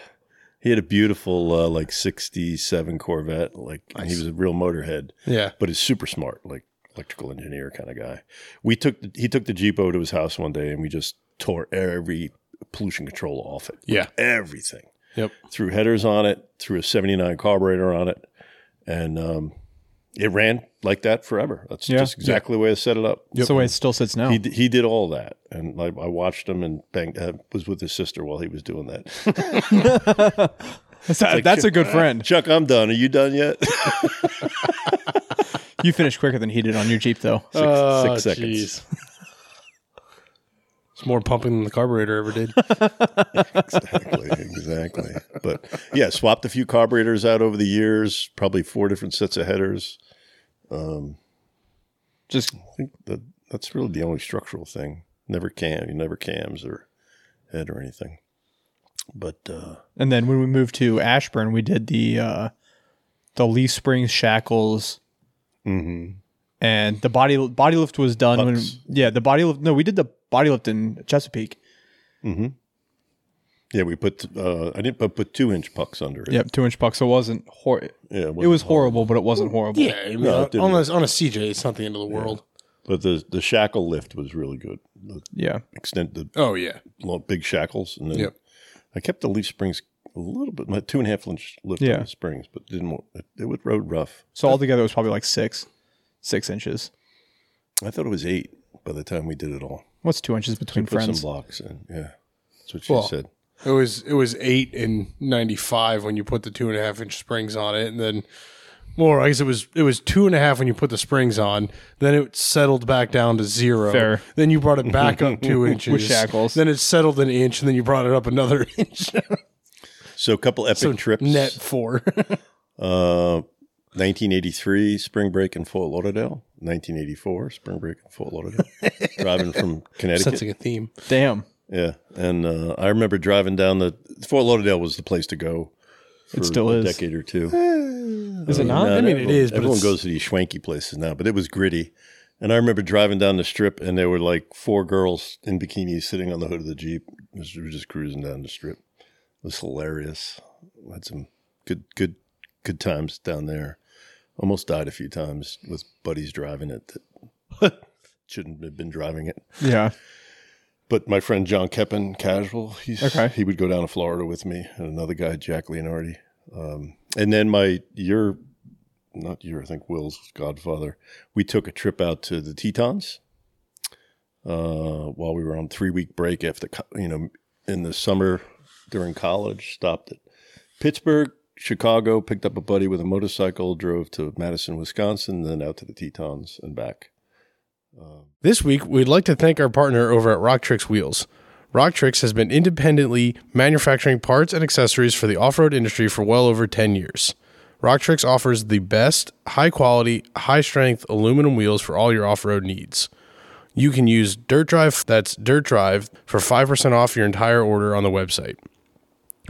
Speaker 1: he had a beautiful uh, like '67 Corvette. Like and he was a real motorhead
Speaker 2: Yeah,
Speaker 1: but is super smart, like electrical engineer kind of guy. We took the, he took the Jeep over to his house one day, and we just tore every pollution control off it.
Speaker 2: yeah,
Speaker 1: Everything.
Speaker 2: Yep.
Speaker 1: Threw headers on it, threw a '79 carburetor on it, and um, it ran like that forever. That's
Speaker 3: Yeah.
Speaker 1: just exactly the way I set it up.
Speaker 3: That's the way it still sits now.
Speaker 1: He, d- he did all that, and I, I watched him and banged, uh, was with his sister while he was doing that.
Speaker 3: that's a, that's a good friend.
Speaker 1: Chuck, I'm done. Are you done yet?
Speaker 3: You finished quicker than he did on your Jeep, though.
Speaker 1: Six-
Speaker 2: Oh,
Speaker 1: six seconds.
Speaker 2: jeez. It's more pumping than the carburetor ever did.
Speaker 1: exactly, exactly. But yeah, swapped a few carburetors out over the years, probably four different sets of headers.
Speaker 3: Just
Speaker 1: I think that that's really the only structural thing. Never cam, you never cams or head or anything. But uh,
Speaker 3: and then when we moved to Ashburn, we did the uh, the Lee Springs shackles
Speaker 1: mm-hmm.
Speaker 3: and the body body lift was done
Speaker 1: Pucks.
Speaker 3: when yeah the body lift no we did the body lift in Chesapeake
Speaker 1: yeah, we put uh, I didn't put, put two inch pucks under it.
Speaker 3: yep two inch puck so it wasn't hor-
Speaker 1: Yeah,
Speaker 3: it was horrible but it wasn't horrible
Speaker 2: Yeah, I mean,
Speaker 1: No, it
Speaker 2: on,
Speaker 1: didn't.
Speaker 2: on a, on a CJ, it's not the end of the world.
Speaker 1: But the the shackle lift was really good. The
Speaker 3: yeah
Speaker 1: extent the
Speaker 2: Oh yeah,
Speaker 1: lo- big shackles, and then
Speaker 2: Yep.
Speaker 1: I kept the leaf springs a little bit, my two and a half inch lift
Speaker 3: Yeah.
Speaker 1: on the springs, but didn't. wa- It, it was road rough.
Speaker 3: so altogether it was probably like six six inches
Speaker 1: I thought it was eight by the time we did it all.
Speaker 3: what's two inches between
Speaker 1: Put
Speaker 3: friends
Speaker 1: some blocks in. Yeah. That's what she
Speaker 2: Well,
Speaker 1: said.
Speaker 2: it was it was eight in ninety five when you put the two and a half inch springs on it, and then more. I guess it was it was two and a half when you put the springs on. Then it settled back down to zero.
Speaker 3: Fair.
Speaker 2: Then you brought it back up two inches
Speaker 3: shackles.
Speaker 2: Then it settled an inch, and then you brought it up another inch.
Speaker 1: So a couple epic trips.
Speaker 2: Net four.
Speaker 1: Uh, 1983 spring break in Fort Lauderdale. 1984 spring break in Fort Lauderdale. driving from Connecticut.
Speaker 2: Sensing a theme.
Speaker 3: damn
Speaker 1: Yeah, and uh, I remember driving down the Fort Lauderdale was the place to go. For
Speaker 3: It still
Speaker 1: a
Speaker 3: is.
Speaker 1: decade or two.
Speaker 3: is it not
Speaker 1: No,
Speaker 2: I mean,
Speaker 1: everyone,
Speaker 2: Eh, it is, but
Speaker 1: everyone
Speaker 2: it's-
Speaker 1: goes to these schwanky places now. But it was gritty, and I remember driving down the strip, and there were like four girls in bikinis sitting on the hood of the jeep. It was- We were just cruising down the strip. It was hilarious. Had some good, good, good times down there. Almost died a few times with buddies driving it that shouldn't have been driving it.
Speaker 3: yeah
Speaker 1: But my friend John Keppen, casual, he's,
Speaker 3: Okay.
Speaker 1: he would go down to Florida with me and another guy, Jack Leonardi. Um, and then my your, not your, I think Will's godfather, we took a trip out to the Tetons uh, while we were on three week break after, co- you know, in the summer during college, stopped at Pittsburgh, Chicago, picked up a buddy with a motorcycle, drove to Madison, Wisconsin, then out to the Tetons and back.
Speaker 2: This week, we'd like to thank our partner over at Rocktrix Wheels. Rocktrix has been independently manufacturing parts and accessories for the off road industry for well over 10 years. Rocktrix offers the best, high quality, high strength aluminum wheels for all your off road needs. you can use Dirt Drive, that's Dirt Drive, for 5% off your entire order on the website.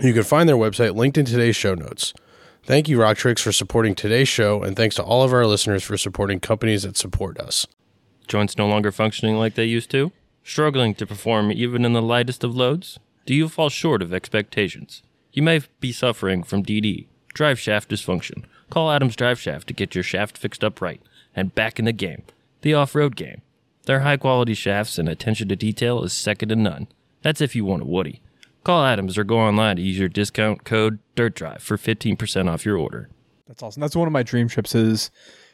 Speaker 2: You can find their website linked in today's show notes. Thank you, Rocktrix, for supporting today's show, and thanks to all of our listeners for supporting companies that support us.
Speaker 4: Joints no longer functioning like they used to? Struggling to perform even in the lightest of loads? Do you fall short of expectations? You may be suffering from DD, drive shaft dysfunction. Call Adams Drive Shaft to get your shaft fixed up right and back in the game, the off road game. Their high quality shafts and attention to detail is second to none. That's if you want a Woody. Call Adams or go online to use your discount code DIRTDRIVE for 15% off your order.
Speaker 3: That's awesome. That's one of my dream trips is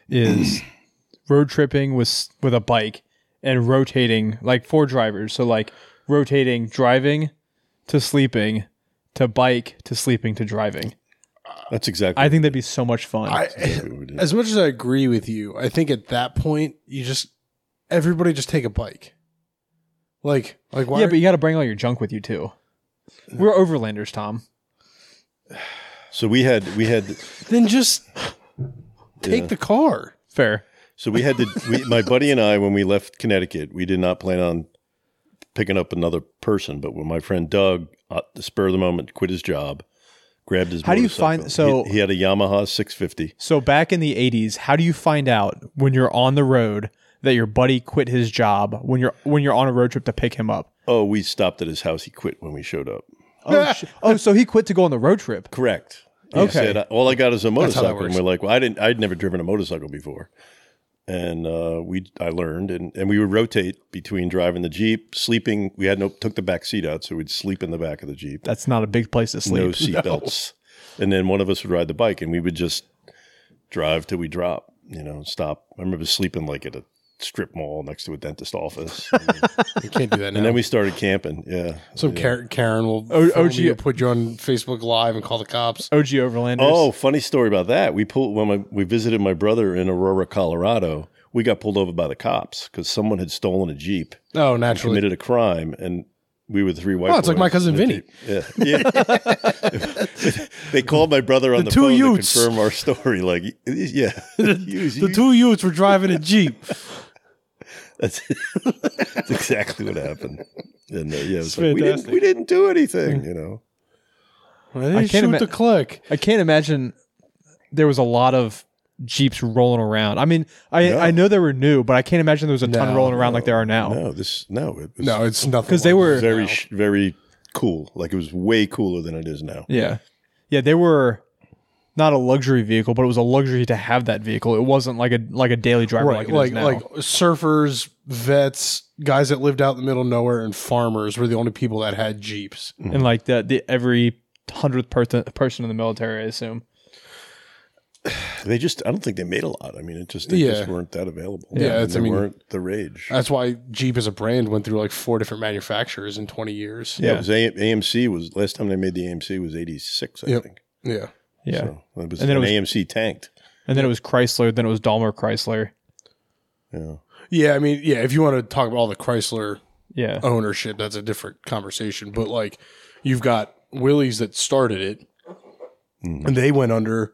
Speaker 3: is road tripping with s- with a bike and rotating like four drivers. So like rotating driving to sleeping to bike to sleeping to driving.
Speaker 1: That's exactly.
Speaker 3: I think that'd be so much fun.
Speaker 1: exactly what we did.
Speaker 2: As much as I agree with you, I think at that point you just everybody just take a bike. Like, like why?
Speaker 3: yeah, but you got to bring all your junk with you too. We're overlanders, Tom.
Speaker 1: So we had we had
Speaker 2: then just take
Speaker 1: Yeah.
Speaker 2: the car.
Speaker 3: Fair.
Speaker 1: so we had to. We, my buddy and I, when we left Connecticut, we did not plan on picking up another person. But when my friend Doug, at the spur of the moment, quit his job, grabbed his.
Speaker 3: How do you
Speaker 1: motorcycle.
Speaker 3: find- so-
Speaker 1: he, he had a Yamaha 650.
Speaker 3: So back in the 80s, how do you find out when you're on the road that your buddy quit his job when you're when you're on a road trip to pick him up?
Speaker 1: Oh, we stopped at his house. He quit when we showed up.
Speaker 3: Oh, sh- oh, so he quit to go on the road trip.
Speaker 1: Correct.
Speaker 3: Okay.
Speaker 1: He said, all I got is a
Speaker 2: how that
Speaker 1: motorcycle. And
Speaker 2: works.
Speaker 1: we're like, well, I didn't, I'd never driven a motorcycle before. And uh, we, I learned, and, and we would rotate between driving the Jeep, sleeping. We had no, took the back seat out, so we'd sleep in the back of the Jeep,
Speaker 3: That's not a big place to sleep.
Speaker 1: no seat belts. And then one of us would ride the bike, and we would just drive till we drop, you know, stop. I remember sleeping like at a strip mall next to a dentist office. and
Speaker 2: You can't do that now.
Speaker 1: then we started camping. Yeah.
Speaker 2: Some Karen, Karen will
Speaker 3: O-
Speaker 2: phone
Speaker 3: OG
Speaker 2: you, put you on Facebook Live and call the cops.
Speaker 3: OG Overlanders.
Speaker 1: Oh, funny story about that. We pulled when my, we visited my brother in Aurora, Colorado. We got pulled over by the cops because someone had stolen a jeep,
Speaker 2: Oh, naturally.
Speaker 1: committed a crime, and we were the three white.
Speaker 2: Oh, it's like
Speaker 1: boys
Speaker 2: my cousin
Speaker 1: in a
Speaker 2: Vinny.
Speaker 1: Jeep. Yeah, yeah. they called my brother on the,
Speaker 2: The two
Speaker 1: phone
Speaker 2: youths.
Speaker 1: to confirm our story. Like, yeah,
Speaker 2: The two youths were driving a jeep.
Speaker 1: That's, that's exactly what happened. And uh, yeah, it was like, we didn't
Speaker 2: fantastic.
Speaker 1: we didn't do anything, you know.
Speaker 2: Well, they
Speaker 3: I can't
Speaker 2: shoot
Speaker 3: ima-
Speaker 2: the click.
Speaker 3: I can't imagine there was a lot of jeeps rolling around. I mean, I
Speaker 1: No.
Speaker 3: I know they were new, but I can't imagine there was a ton
Speaker 2: No,
Speaker 3: rolling around like there are now.
Speaker 1: No, this no, it was
Speaker 2: Oh. No, it's nothing.
Speaker 3: Because they
Speaker 2: like
Speaker 3: were
Speaker 1: very sh very cool. Like it was way cooler than it is now.
Speaker 3: Yeah. Yeah, they were not a luxury vehicle, but it was a luxury to have that vehicle. It wasn't like a like a daily driver
Speaker 2: right,
Speaker 3: like it is
Speaker 2: like
Speaker 3: now.
Speaker 2: like surfers, vets, guys that lived out in the middle of nowhere, and farmers were the only people that had jeeps.
Speaker 3: and like the, the every hundredth person person in the military, I assume.
Speaker 1: They just, I don't think they made a lot. I mean, it just, they just
Speaker 2: Yeah.
Speaker 1: weren't that available.
Speaker 2: Yeah,
Speaker 1: and
Speaker 2: it's- I
Speaker 1: they
Speaker 2: mean- uh,
Speaker 1: weren't the rage.
Speaker 2: That's why Jeep as a brand went through like four different manufacturers in twenty years.
Speaker 1: yeah, it was A- AMC was last time they made the AMC was '86, I
Speaker 2: Yep.
Speaker 1: think.
Speaker 2: Yeah,
Speaker 3: Yeah.
Speaker 1: so it was
Speaker 3: And then it
Speaker 1: an
Speaker 3: was-
Speaker 1: AMC tanked.
Speaker 3: And then it was Chrysler, then it was Daimler Chrysler.
Speaker 1: Yeah,
Speaker 2: yeah. I mean, yeah. If you want to talk about all the Chrysler
Speaker 3: Yeah.
Speaker 2: Oh. ownership, that's a different conversation. But like, you've got Willys that started it, and they went under,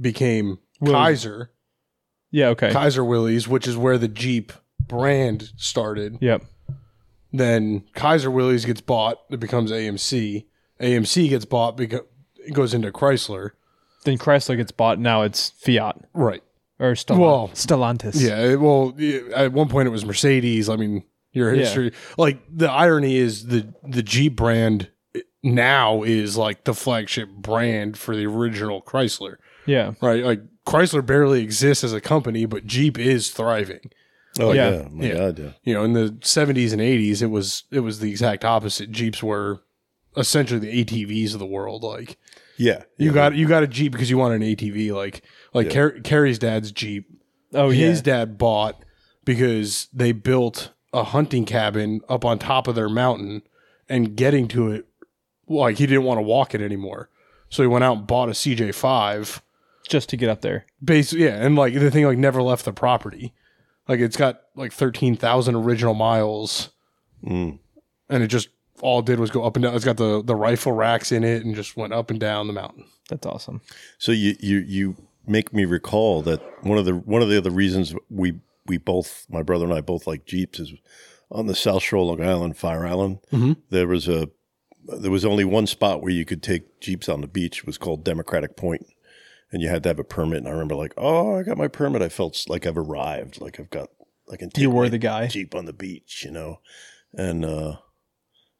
Speaker 2: became
Speaker 3: Willys.
Speaker 2: Kaiser,
Speaker 3: Yeah, okay.
Speaker 2: Kaiser Willys, which is where the Jeep brand started.
Speaker 3: Yep.
Speaker 2: Then Kaiser Willys gets bought, it becomes AMC. AMC gets bought because it goes into Chrysler.
Speaker 3: Then Chrysler gets bought, now it's Fiat
Speaker 2: Right.
Speaker 3: or Stellan-
Speaker 2: Well,
Speaker 3: Stellantis.
Speaker 2: Yeah. it- Well, yeah, at one point it was Mercedes. I mean, your
Speaker 3: Yeah.
Speaker 2: history. Like the irony is the the Jeep brand now is like the flagship brand for the original Chrysler.
Speaker 3: Yeah.
Speaker 2: Right. Like Chrysler barely exists as a company, but Jeep is thriving.
Speaker 1: oh
Speaker 3: Yeah.
Speaker 1: yeah, my
Speaker 2: Yeah.
Speaker 1: god, yeah.
Speaker 2: You know, in the 70s and 80s, it was it was the exact opposite. Jeeps were essentially the ATVs of the world. Like
Speaker 1: yeah,
Speaker 2: You
Speaker 1: yeah.
Speaker 2: got you got a Jeep because you wanted an ATV, like like
Speaker 1: Yeah.
Speaker 2: Car- Carrie's dad's Jeep.
Speaker 3: Oh yeah.
Speaker 2: His dad bought because they built a hunting cabin up on top of their mountain, and getting to it, like he didn't want to walk it anymore, so he went out and bought a CJ five.
Speaker 3: just to get up there.
Speaker 2: Basically, yeah, and like the thing like never left the property, like it's got like thirteen thousand original miles,
Speaker 1: Mm.
Speaker 2: and it just all it did was go up and down. It's got the the rifle racks in it, and just went up and down the mountain.
Speaker 3: That's awesome.
Speaker 1: So you you you make me recall that one of the one of the other reasons we we both, my brother and I both like Jeeps is on the South Shore, Long Island, Fire Island.
Speaker 3: Mm-hmm.
Speaker 1: There was a, there was only one spot where you could take Jeeps on the beach. It was called Democratic Point, and you had to have a permit. And I remember like, oh, I got my permit. I felt s- like I've arrived. Like I've got, I can take
Speaker 3: You were
Speaker 1: my
Speaker 3: the guy.
Speaker 1: Jeep on the beach, you know, and, uh,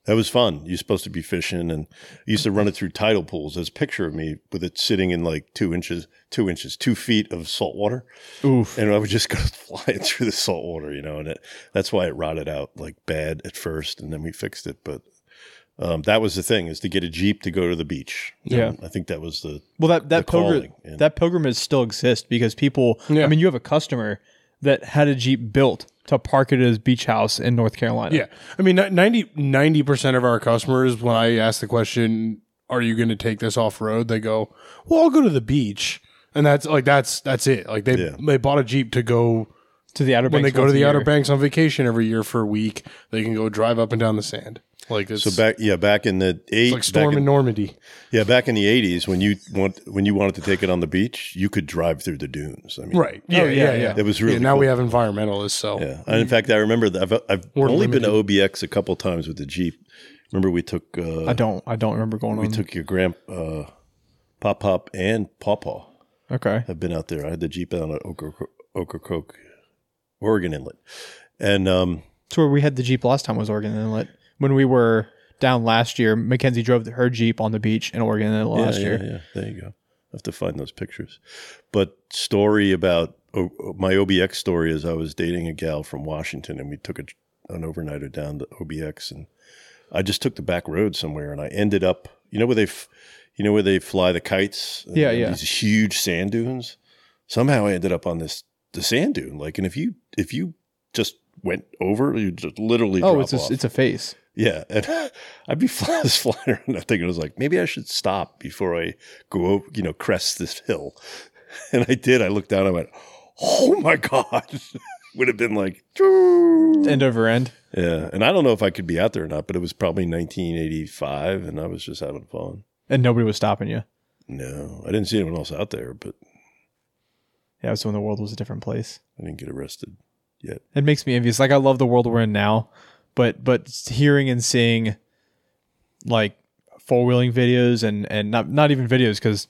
Speaker 1: that was fun. You're supposed to be fishing, and I used to run it through tidal pools. There's a picture of me with it sitting in like two inches, two inches, two feet of salt water,
Speaker 3: Oof.
Speaker 1: and I would just go flying through the salt water, you know. And it, that's why it rotted out like bad at first, and then we fixed it. But um, that was the thing is to get a jeep to go to the beach.
Speaker 3: Yeah.
Speaker 1: And I think that was the
Speaker 3: Well, that that
Speaker 1: the
Speaker 3: pilgrim
Speaker 1: calling, yeah.
Speaker 3: that pilgrimage still exists because people.
Speaker 2: Yeah.
Speaker 3: I mean, you have a customer that had a jeep built to park at his beach house in North Carolina.
Speaker 2: Yeah. I mean, 90 percent of our customers, when I ask the question, "Are you going to take this off road?" They go, "Well, I'll go to the beach," and that's like that's that's it. Like they
Speaker 1: Yeah.
Speaker 2: they bought a jeep to go
Speaker 3: to the Outer Banks
Speaker 2: when they go to
Speaker 3: once a
Speaker 2: the Outer
Speaker 3: year.
Speaker 2: Banks on vacation every year for a week. They can go drive up and down the sand. Like it's,
Speaker 1: so back yeah back in the eight
Speaker 2: it's like storm
Speaker 1: back
Speaker 2: in
Speaker 1: in,
Speaker 2: Normandy.
Speaker 1: yeah back in the eighties when you want when you wanted to take it on the beach you could drive through the dunes. I mean
Speaker 2: Right.
Speaker 3: Oh,
Speaker 2: Yeah, yeah, yeah,
Speaker 1: It was really
Speaker 2: Yeah, now
Speaker 1: cool.
Speaker 2: we have environmentalists, so
Speaker 1: Yeah, and in fact, I remember that I've, I've
Speaker 2: Or
Speaker 1: only been to OBX a couple times with the Jeep. Remember, we took uh,
Speaker 3: I don't. I don't remember going
Speaker 1: we
Speaker 3: on.
Speaker 1: took your grand uh, pop pop and pawpaw.
Speaker 3: okay.
Speaker 1: I've been out there. I had the Jeep out on Ocracoke, Oregon Inlet, and um,
Speaker 3: That's where we had the Jeep last time was Oregon Inlet. When we were down last year, Mackenzie drove her Jeep on the beach in Oregon Inlet
Speaker 1: yeah,
Speaker 3: last
Speaker 1: yeah,
Speaker 3: year.
Speaker 1: yeah, there you go. I have to find those pictures. But story about oh, oh, my OBX story is I was dating a gal from Washington, and we took a, an overnighter down to OBX, and I just took the back road somewhere, and I ended up, you know where they, f- you know where they fly the kites, And
Speaker 3: Yeah,
Speaker 1: they have
Speaker 3: yeah.
Speaker 1: these huge sand dunes. Somehow I ended up on this the sand dune, like, and if you if you just went over, you just literally
Speaker 3: Oh,
Speaker 1: drop
Speaker 3: it's a,
Speaker 1: off.
Speaker 3: it's a face.
Speaker 1: Yeah, and I'd be fly, just flying around. I think it was like maybe I should stop before I go, over, you know, crest this hill. And I did. I looked down. I went, "Oh my god!" Would have been like, "Choo."
Speaker 3: End over end.
Speaker 1: yeah. And I don't know if I could be out there or not, but it was probably 1985, and I was just having fun.
Speaker 3: And nobody was stopping you.
Speaker 1: No, I didn't see anyone else out there, but
Speaker 3: Yeah, it was when the world was a different place.
Speaker 1: I didn't get arrested.
Speaker 3: It makes me envious. Like I love the world we're in now, but but hearing and seeing like four wheeling videos and and not not even videos because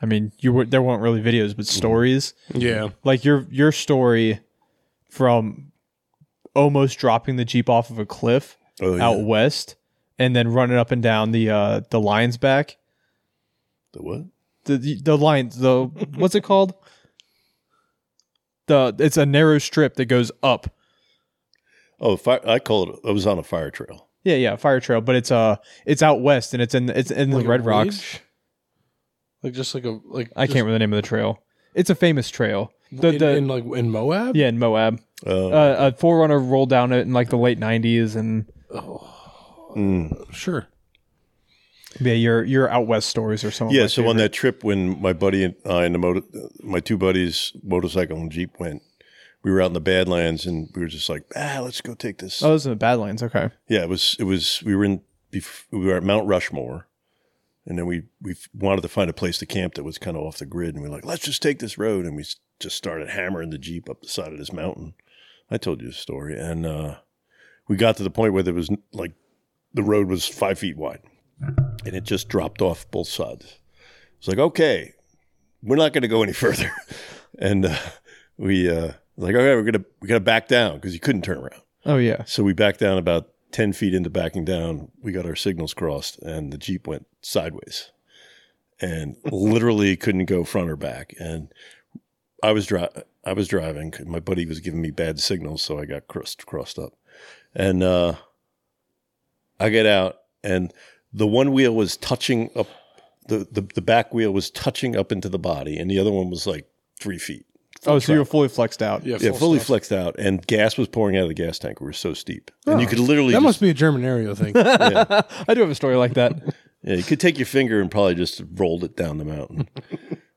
Speaker 3: I mean you were there weren't really videos
Speaker 1: Mm-hmm.
Speaker 3: but stories
Speaker 2: yeah.
Speaker 3: like your your story from almost dropping the jeep off of a cliff
Speaker 1: Oh, yeah.
Speaker 3: out west and then running up and down the uh the lion's back
Speaker 1: The what?
Speaker 3: the the, the lion's the what's it called the it's a narrow strip that goes up
Speaker 1: Oh, fire, I call it. I was on a fire trail.
Speaker 3: Yeah, yeah, fire trail, but it's uh it's out west and it's in it's in
Speaker 2: Like
Speaker 3: the
Speaker 2: a
Speaker 3: Red Rocks.
Speaker 2: ridge? Like just like a like
Speaker 3: I
Speaker 2: just
Speaker 3: can't remember the name of the trail. It's a famous trail. The,
Speaker 2: in,
Speaker 3: the
Speaker 2: in like in Moab?
Speaker 3: yeah, in Moab.
Speaker 1: Uh,
Speaker 3: Uh, a forerunner rolled down it in like the late nineties and
Speaker 1: mm.
Speaker 2: Sure.
Speaker 3: yeah, your your out west stories or something.
Speaker 1: Yeah, so on that trip when my buddy and I and the moto, my two buddies, motorcycle and jeep went, we were out in the Badlands and we were just like, ah, let's go take this.
Speaker 3: Oh, those are the Badlands, okay.
Speaker 1: Yeah, it was it was we were in bef- we were at Mount Rushmore, and then we we wanted to find a place to camp that was kind of off the grid, and we were like, let's just take this road, and we s- just started hammering the jeep up the side of this mountain. I told you the story, and uh, we got to the point where there was n- like the road was five feet wide, and it just dropped off both sides. It's like okay, we're not going to go any further, and uh, we uh, like okay, we're gonna we gotta back down because you couldn't turn around.
Speaker 3: Oh yeah.
Speaker 1: So we backed down about 10 feet into backing down. We got our signals crossed and the Jeep went sideways and literally couldn't go front or back. And I was driving. I was driving. My buddy was giving me bad signals, so I got crossed crossed up. And uh, I get out, and the one wheel was touching up. The, the the back wheel was touching up into the body, and the other one was like three feet.
Speaker 3: Oh, so you were fully flexed out.
Speaker 2: Yeah,
Speaker 1: Yeah,
Speaker 2: full
Speaker 1: fully
Speaker 2: stuff.
Speaker 1: flexed out, and gas was pouring out of the gas tank. We were so steep, and you could literally
Speaker 2: Oh, That
Speaker 1: just-
Speaker 2: must be a German area thing.
Speaker 3: I do have a story like that.
Speaker 1: Yeah, you could take your finger and probably just rolled it down the mountain.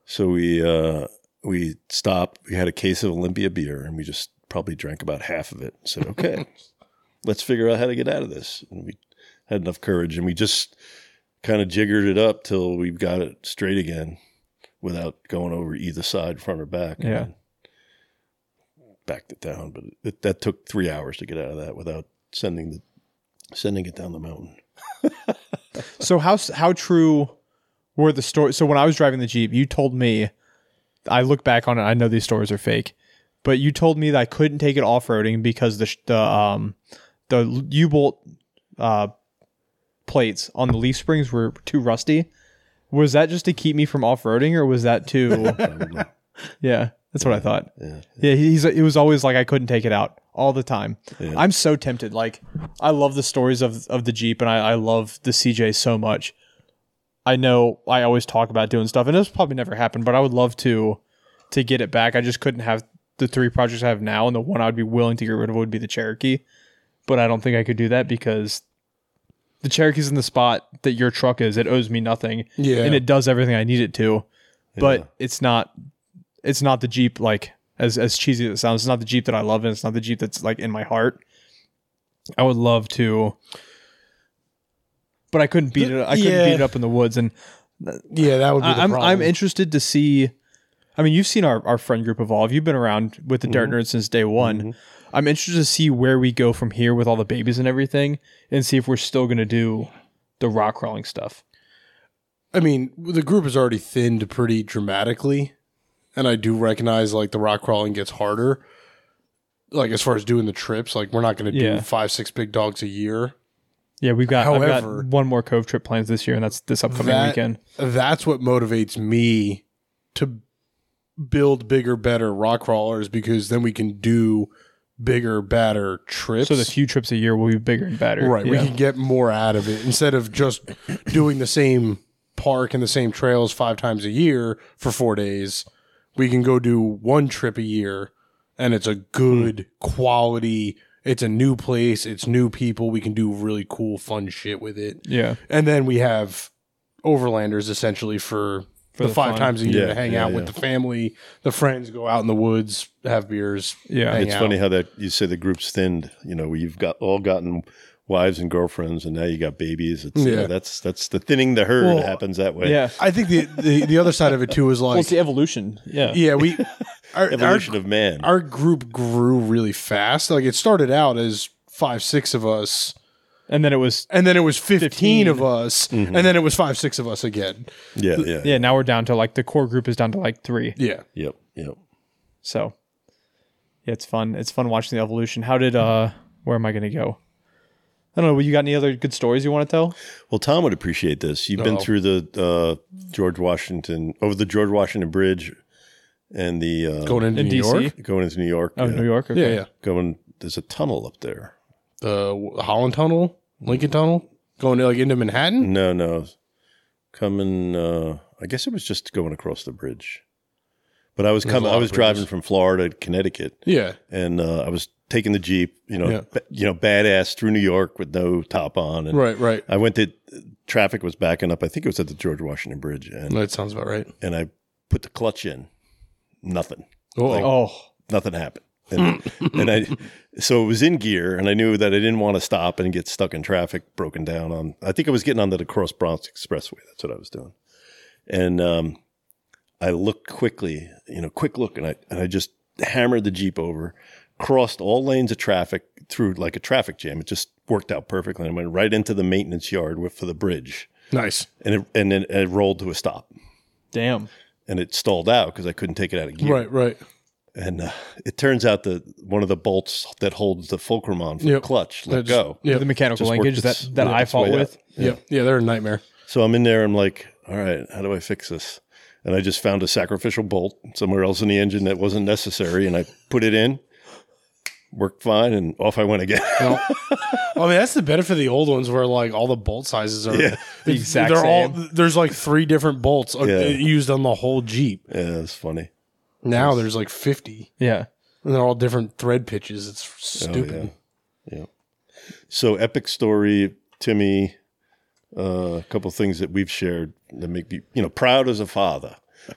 Speaker 1: so we uh, we stopped. We had a case of Olympia beer, and we just probably drank about half of it. And said, "Okay, let's figure out how to get out of this." And we had enough courage, and we just kind of jiggered it up till we got it straight again, without going over either side, front or back.
Speaker 3: Yeah.
Speaker 1: backed it down, but it, that took three hours to get out of that without sending the sending it down the mountain.
Speaker 3: So how s- how true were the stories? So when I was driving the jeep, you told me. I look back on it. I know these stories are fake, but you told me that I couldn't take it off roading because the sh- the um the U bolt uh plates on the leaf springs were too rusty. Was that just to keep me from off roading, or was that too?
Speaker 1: Probably.
Speaker 3: yeah, that's what I thought.
Speaker 1: yeah.
Speaker 3: Yeah, he's it was always like I couldn't take it out all the time.
Speaker 1: Yeah.
Speaker 3: I'm so tempted. Like I love the stories of of the Jeep and I, I love the CJ so much. I know I always talk about doing stuff, and this probably never happened, but I would love to to get it back. I just couldn't have the three projects I have now, and the one I'd be willing to get rid of would be the Cherokee. But I don't think I could do that because the Cherokee's in the spot that your truck is. It owes me nothing
Speaker 2: Yeah.
Speaker 3: and it does everything I need it to.
Speaker 1: Yeah.
Speaker 3: But it's not it's not the Jeep like as as cheesy as it sounds, it's not the Jeep that I love and it's not the Jeep that's like in my heart. I would love to but I couldn't beat it I couldn't
Speaker 2: Yeah.
Speaker 3: beat it up in the woods and
Speaker 2: yeah, that would be the
Speaker 3: I, am
Speaker 2: problem.
Speaker 3: I'm interested to see I mean you've seen our, our friend group evolve. You've been around with the Dirt
Speaker 2: Mm-hmm.
Speaker 3: Nerds since day one. I'm interested to see where we go from here with all the babies and everything and see if we're still gonna do the rock crawling stuff.
Speaker 2: I mean, the group is already thinned pretty dramatically, and I do recognize like the rock crawling gets harder. Like as far as doing the trips, like we're not going to
Speaker 3: Yeah.
Speaker 2: do five, six big dogs a year.
Speaker 3: Yeah, we've got, I've
Speaker 2: However-
Speaker 3: got one more Cove trip plans this year, and that's this upcoming
Speaker 2: That-
Speaker 3: weekend.
Speaker 2: That's what motivates me to build bigger, better rock crawlers because then we can do bigger, better trips.
Speaker 3: So the few trips a year will be bigger and better.
Speaker 2: Right. We
Speaker 3: Yeah.
Speaker 2: can get more out of it instead of just doing the same park and the same trails five times a year for four days. We can go do one trip a year and it's a good quality. It's a new place. It's new people. We can do really cool, fun shit with it.
Speaker 3: yeah.
Speaker 2: And then we have overlanders essentially for,
Speaker 3: For
Speaker 2: the,
Speaker 3: the
Speaker 2: five
Speaker 3: fun.
Speaker 2: times a year
Speaker 1: Yeah,
Speaker 2: to hang
Speaker 1: yeah,
Speaker 2: out with
Speaker 1: yeah.
Speaker 2: the family, the friends, go out in the woods, have beers.
Speaker 3: Yeah.
Speaker 2: hang
Speaker 1: It's
Speaker 2: out.
Speaker 1: funny how that you say the group's thinned. You know, you've got all gotten wives and girlfriends, and now you got babies. It's, yeah,
Speaker 2: Yeah.
Speaker 1: that's that's the thinning the herd
Speaker 2: Well,
Speaker 1: happens that way.
Speaker 3: Yeah.
Speaker 2: I think the, the the other side of it too is like
Speaker 3: Well, it's the evolution. Yeah.
Speaker 2: yeah we our, our
Speaker 1: evolution of man.
Speaker 2: our group grew really fast. Like it started out as five, six of us,
Speaker 3: And then it was,
Speaker 2: and then it was 15,
Speaker 3: 15.
Speaker 2: of us, and then it was five, six of us again.
Speaker 1: yeah, yeah,
Speaker 3: yeah, now we're down to like the core group is down to like three.
Speaker 2: Yeah.
Speaker 1: yep, yep.
Speaker 3: So yeah, it's fun. It's fun watching the evolution. How did, uh, where am I going to go? I don't know. You got any other good stories you want to tell?
Speaker 1: Well, Tom would appreciate this. You've been
Speaker 2: Uh-oh.
Speaker 1: through the uh, George Washington over the George Washington Bridge, and the uh,
Speaker 2: Going into
Speaker 3: In
Speaker 2: New
Speaker 3: DC?
Speaker 2: York.
Speaker 1: going into New York.
Speaker 3: Oh,
Speaker 1: yeah.
Speaker 3: New York.
Speaker 2: Yeah,
Speaker 3: Okay.
Speaker 2: yeah.
Speaker 1: Going, there's a tunnel up there.
Speaker 2: The w- Holland Tunnel, Lincoln Tunnel, going like into Manhattan.
Speaker 1: No, no. Coming uh I guess it was just going across the bridge. But I was
Speaker 2: There's a
Speaker 1: coming
Speaker 2: lot
Speaker 1: I
Speaker 2: of
Speaker 1: was driving
Speaker 2: bridges.
Speaker 1: from Florida to Connecticut
Speaker 2: Yeah.
Speaker 1: and uh, I was taking the Jeep, you know,
Speaker 2: Yeah.
Speaker 1: ba- you know, badass through New York with no top on and
Speaker 2: Right. Right.
Speaker 1: I went to traffic was backing up. I think it was at the George Washington Bridge and
Speaker 2: That sounds about right.
Speaker 1: and I put the clutch in. Nothing.
Speaker 2: Oh,
Speaker 3: Oh,
Speaker 1: Nothing happened. And, and I, so it was in gear, and I knew that I didn't want to stop and get stuck in traffic, broken down on. I think I was getting onto the Cross Bronx Expressway. That's what I was doing. And um, I looked quickly, you know, quick look, and I and I just hammered the jeep over, crossed all lanes of traffic through like a traffic jam. It just worked out perfectly. And I went right into the maintenance yard with, for the bridge,
Speaker 2: nice.
Speaker 1: and it, and then it rolled to a stop,
Speaker 3: damn.
Speaker 1: and it stalled out because I couldn't take it out of gear.
Speaker 2: Right. Right.
Speaker 1: And uh, it turns out that one of the bolts that holds the fulcrum on for
Speaker 2: Yep.
Speaker 1: clutch let
Speaker 2: That's-
Speaker 1: go.
Speaker 2: Yeah.
Speaker 3: The mechanical
Speaker 1: Just worked
Speaker 3: linkage
Speaker 1: its-
Speaker 3: that, that
Speaker 1: worked
Speaker 3: I
Speaker 1: its
Speaker 3: fought
Speaker 1: way
Speaker 3: with.
Speaker 1: up.
Speaker 2: Yeah. Yeah. They're a nightmare.
Speaker 1: So I'm in there. I'm like, all right, how do I fix this? And I just found a sacrificial bolt somewhere else in the engine that wasn't necessary, and I put it in. Worked fine, and off I went again.
Speaker 2: No. I mean, that's the benefit of the old ones where like all the bolt sizes are
Speaker 1: Yeah.
Speaker 2: the
Speaker 3: exact
Speaker 2: they're all
Speaker 3: same.
Speaker 2: there's like three different bolts uh,
Speaker 1: Yeah.
Speaker 2: used on the whole Jeep.
Speaker 1: yeah, it's funny.
Speaker 2: Now there's like 50,
Speaker 3: Yeah.
Speaker 2: and they're all different thread pitches. It's
Speaker 1: Oh,
Speaker 2: stupid.
Speaker 1: yeah. yeah. So epic story, Timmy. Uh, a couple things that we've shared that make me, you know, proud as a father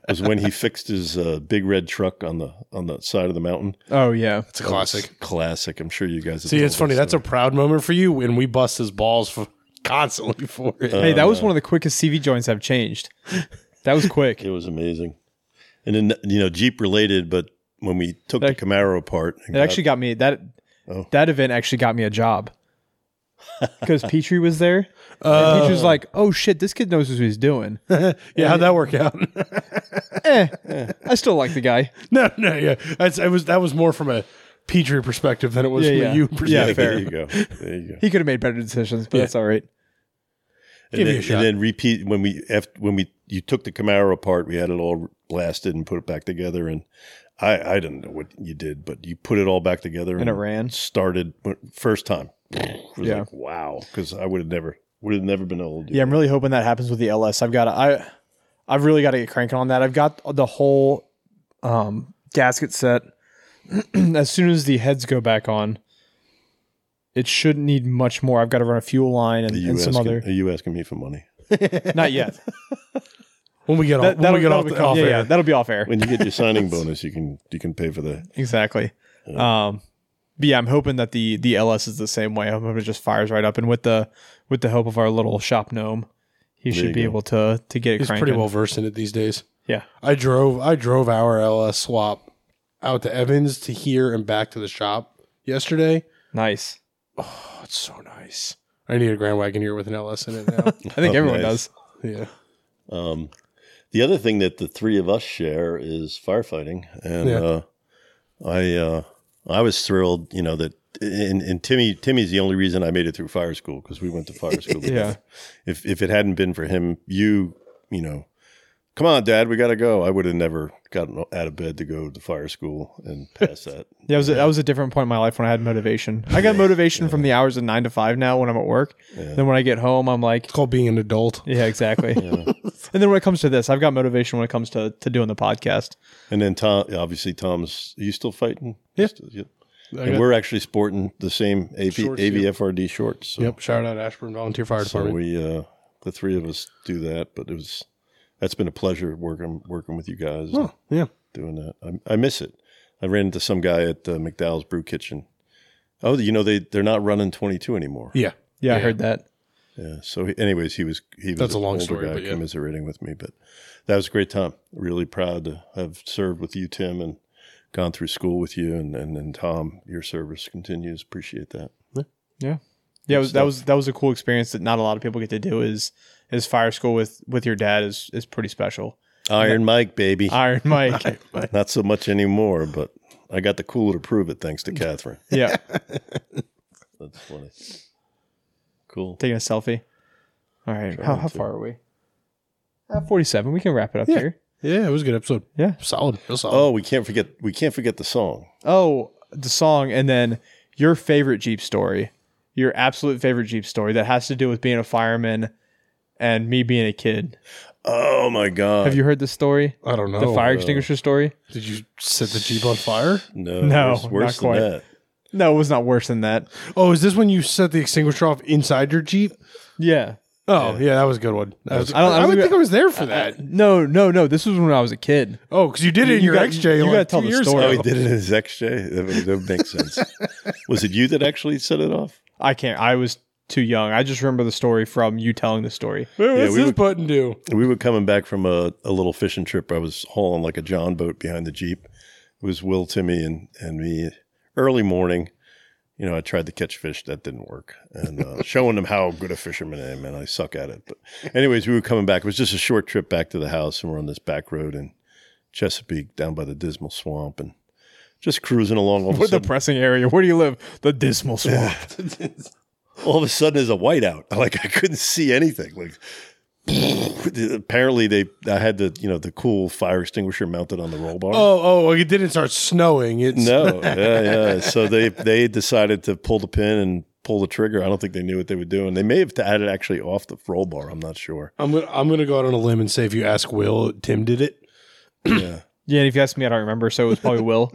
Speaker 1: was when he fixed his uh, big red truck on the on the side of the mountain.
Speaker 3: Oh, yeah.
Speaker 2: It's a classic.
Speaker 1: Classic. I'm sure you guys. Have
Speaker 2: See,
Speaker 1: told
Speaker 2: it's funny.
Speaker 1: us
Speaker 2: That's
Speaker 1: that.
Speaker 2: a proud moment for you, and we bust his balls for, constantly for it.
Speaker 3: Hey, that was one of the quickest CV joints I've changed. That was quick.
Speaker 1: It was amazing, and then you know Jeep related, but when we took
Speaker 3: That-
Speaker 1: the Camaro apart. and
Speaker 3: It
Speaker 1: got-
Speaker 3: actually got me that
Speaker 1: Oh.
Speaker 3: that event actually got me a job because Petrie was there. and Petrie was like, "Oh shit, this kid knows what he's doing."
Speaker 2: yeah, how'd that work out?
Speaker 3: eh, I still like the guy.
Speaker 2: no, no, yeah. That's it was that was more from a Petrie perspective than it was
Speaker 3: Yeah,
Speaker 2: from
Speaker 3: yeah.
Speaker 2: a you
Speaker 3: Yeah,
Speaker 1: yeah,
Speaker 2: perspective.
Speaker 1: there you go. There you go.
Speaker 3: He could have made better decisions, but
Speaker 2: Yeah.
Speaker 3: it's all right.
Speaker 1: and,
Speaker 2: Give me
Speaker 1: then,
Speaker 2: a shot.
Speaker 1: and then repeat when we after, when we you took the Camaro apart, we had it all blasted and put it back together. And I I don't know what you did, but you put it all back together
Speaker 3: And it ran.
Speaker 1: Started but first time. It was
Speaker 3: Yeah.
Speaker 1: like wow, because I would have never would have never been able to do
Speaker 3: Yeah, I'm really hoping that happens with the LS. I've got to, I, I've really got to get cranking on that. I've got the whole um, gasket set. as soon as the heads go back on, it shouldn't need much more. I've got to run a fuel line and,
Speaker 1: Are you,
Speaker 3: and some
Speaker 1: asking,
Speaker 3: other.
Speaker 1: are you asking me for money?
Speaker 3: Not yet.
Speaker 2: When we get off,
Speaker 3: That,
Speaker 2: when
Speaker 3: that'll,
Speaker 2: we get
Speaker 3: that'll
Speaker 2: off
Speaker 3: be
Speaker 2: the
Speaker 3: off
Speaker 2: off
Speaker 3: yeah,
Speaker 2: air.
Speaker 3: yeah, that'll be off air.
Speaker 1: When you get your signing bonus, you can you can pay for that.
Speaker 3: Exactly. Um, but yeah, I'm hoping that the the LS is the same way. I'm hoping it just fires right up, and with the with the help of our little shop gnome, he
Speaker 1: you
Speaker 3: should be
Speaker 1: go.
Speaker 3: able to to get it
Speaker 2: He's
Speaker 3: cranking.
Speaker 2: pretty well versed in it these days.
Speaker 3: Yeah.
Speaker 2: I drove I drove our LS swap out to Evans to here and back to the shop yesterday.
Speaker 3: Nice.
Speaker 2: Oh, it's so nice. I need a Grand Wagon here with an LS in it now.
Speaker 3: I think
Speaker 1: Oh,
Speaker 3: everyone
Speaker 1: nice.
Speaker 3: does.
Speaker 2: yeah.
Speaker 1: Um, the other thing that the three of us share is firefighting, and
Speaker 2: Yeah.
Speaker 1: uh, I uh, I was thrilled, you know that. And, and Timmy Timmy's the only reason I made it through fire school because we went to fire school.
Speaker 3: Yeah.
Speaker 1: If if it hadn't been for him, you you know, come on, Dad, we gotta go. I would have never gotten out of bed to go to fire school and pass that.
Speaker 3: Yeah, it was a, that was a different point in my life when I had motivation. I got motivation from the hours of nine to five now when I'm at work. Then when I get home, I'm like,
Speaker 2: It's called being an adult.
Speaker 3: yeah, exactly. and then when it comes to this, I've got motivation when it comes to to doing the podcast.
Speaker 1: And then Tom, obviously, Tom's. Are you still fighting?
Speaker 2: Yeah.
Speaker 1: Still-
Speaker 2: I
Speaker 1: And
Speaker 2: got-
Speaker 1: we're actually sporting the same AV,
Speaker 2: Shorts, yeah.
Speaker 1: AVFRD shorts. So.
Speaker 2: Yep. Shout out Ashburn Volunteer Fire
Speaker 1: So
Speaker 2: Department.
Speaker 1: we, uh, the three of us, do that. But it was that's been a pleasure working working with you guys, and
Speaker 2: Oh, yeah.
Speaker 1: doing that. I, I miss it. I ran into some guy at uh, McDowell's Brew Kitchen. Oh, you know they they're not running twenty two anymore.
Speaker 2: Yeah.
Speaker 3: Yeah, I heard that.
Speaker 1: Yeah. So, he, anyways, he was he was
Speaker 2: That's
Speaker 1: an
Speaker 2: a long
Speaker 1: older
Speaker 2: story,
Speaker 1: guy
Speaker 2: but yeah.
Speaker 1: commiserating with me, but that was a great time. Really proud to have served with you, Tim, and gone through school with you, and and, and Tom. Your service continues. Appreciate that.
Speaker 3: Yeah, it was, that was that was a cool experience that not a lot of people get to do. Is is fire school with with your dad is is pretty special.
Speaker 1: Iron Mike, baby.
Speaker 3: Iron Mike.
Speaker 1: Not so much anymore, but I got the cooler to prove it thanks to Catherine.
Speaker 3: yeah,
Speaker 1: That's funny. Cool.
Speaker 3: taking a selfie. All right, how, how far are we? Uh, Forty-seven. We can wrap it up here.
Speaker 2: Yeah. It was a good episode.
Speaker 3: Yeah.
Speaker 2: Solid. Real solid.
Speaker 1: Oh, we can't forget we can't forget the song.
Speaker 3: Oh, the song, and then your favorite Jeep story, your absolute favorite Jeep story that has to do with being a fireman and me being a kid.
Speaker 1: Oh my god.
Speaker 3: Have you heard this story?
Speaker 2: I don't know.
Speaker 3: The fire extinguisher story?
Speaker 2: Did you set the Jeep on fire?
Speaker 1: no,
Speaker 3: No,
Speaker 1: worse, worse
Speaker 3: not
Speaker 1: than
Speaker 3: quite.
Speaker 1: that.
Speaker 3: No, it was not worse than that.
Speaker 2: Oh, is this when you set the extinguisher off inside your Jeep?
Speaker 3: Yeah.
Speaker 2: Oh, yeah, that was a good one. That was, I,
Speaker 3: I don't- I don't
Speaker 2: would
Speaker 3: think-
Speaker 2: think I was there for
Speaker 3: Uh,
Speaker 2: that.
Speaker 3: No, no, no. This was when I was a kid.
Speaker 2: Oh, because you did it in
Speaker 3: You
Speaker 2: your
Speaker 3: got-
Speaker 2: XJ.
Speaker 3: you
Speaker 2: like
Speaker 3: gotta tell
Speaker 2: two
Speaker 3: the
Speaker 2: years
Speaker 3: story.
Speaker 1: Oh,
Speaker 2: ago.
Speaker 1: he did it in his XJ? That would- that would make sense. Was it you that actually said it off?
Speaker 3: I can't. I was too young. I just remember the story from you telling the story.
Speaker 2: What's
Speaker 1: Yeah, we
Speaker 2: this
Speaker 1: were-
Speaker 2: button do?
Speaker 1: We were coming back from a, a little fishing trip. I was hauling like a John boat behind the Jeep. It was Will, Timmy, and, and me. Early morning, you know, I tried to catch fish. That didn't work. And uh, showing them how good a fisherman I am, and I suck at it. But, anyways, we were coming back. It was just a short trip back to the house, and we're on this back road in Chesapeake down by the Dismal Swamp and just cruising along. All of, a
Speaker 3: What a
Speaker 1: sudden,
Speaker 3: depressing area. Where do you live? The Dismal Swamp.
Speaker 1: all of a sudden, there's a whiteout. Like, I couldn't see anything. Like, apparently they i had the you know the cool fire extinguisher mounted on the roll bar
Speaker 2: Oh, oh, like it didn't start snowing. It's
Speaker 1: No, yeah, yeah. So they they decided to pull the pin and pull the trigger. I don't think they knew what they were doing. They may have had it actually off the roll bar. I'm not sure.
Speaker 2: I'm gonna I'm gonna go out on a limb and say if you ask Will, Tim did it.
Speaker 1: Yeah,
Speaker 3: Yeah, and if you ask me, I don't remember. So it was probably Will.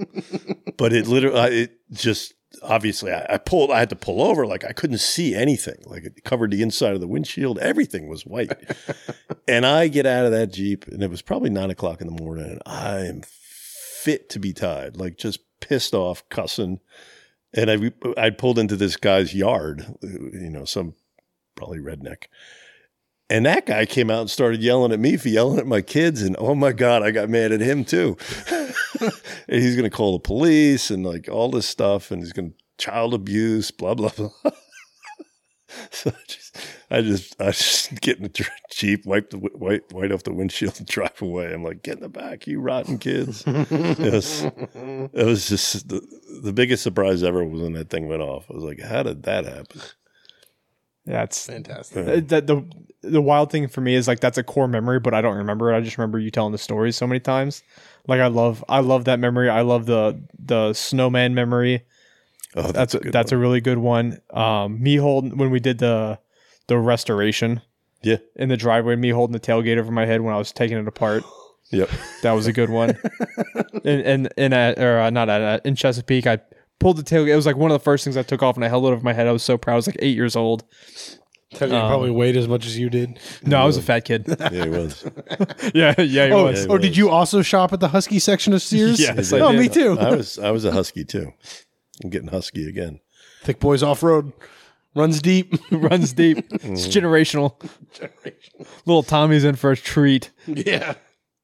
Speaker 1: but it literally, it just obviously, I, I pulled. I had to pull over. Like I couldn't see anything. Like it covered the inside of the windshield. Everything was white. and I get out of that jeep, and it was probably nine o'clock in the morning. And I am fit to be tied. Like just pissed off, cussing. and I I pulled into this guy's yard, you know, some probably redneck. And that guy came out and started yelling at me for yelling at my kids, and oh my god, I got mad at him too. he's going to call the police and like all this stuff, and he's going to child abuse, blah blah blah. so I just, I just, I just get in the dr- jeep, wipe the wi- white white off the windshield, and drive away. I'm like, get in the back, you rotten kids. it, was, it was just the, the biggest surprise ever was when that thing went off. I was like, how did that happen?
Speaker 3: That's uh,
Speaker 2: Fantastic.
Speaker 1: Yeah.
Speaker 3: that the the wild thing for me is like that's a core memory, but I don't remember it. I just remember you telling the story so many times. Like I love I love that memory. I love the the snowman memory.
Speaker 1: Oh,
Speaker 3: That's a,
Speaker 1: good
Speaker 3: that's
Speaker 1: one.
Speaker 3: a really good one. Um, me holding when we did the the restoration.
Speaker 1: Yeah.
Speaker 3: In the driveway, me holding the tailgate over my head when I was taking it apart.
Speaker 1: yep.
Speaker 3: That was a good one. and and and at, or uh, not at, uh, in Chesapeake, I pulled the tailgate. It was like one of the first things I took off, and I held it over my head. I was so proud. I was like eight years old.
Speaker 2: Tell you, you probably weighed as much as you did.
Speaker 3: No, I was a fat kid.
Speaker 1: Yeah, it was.
Speaker 3: yeah, yeah, he
Speaker 2: Oh,
Speaker 3: was.
Speaker 1: it
Speaker 2: oh, did
Speaker 1: was.
Speaker 2: you also shop at the Husky section of Sears?
Speaker 3: Yes, I
Speaker 2: oh,
Speaker 3: did.
Speaker 2: me too.
Speaker 1: I was I was a husky too. I'm getting husky again.
Speaker 2: Thick boys off road, runs deep.
Speaker 3: Runs deep. It's generational. Little Tommy's in for a treat.
Speaker 2: yeah,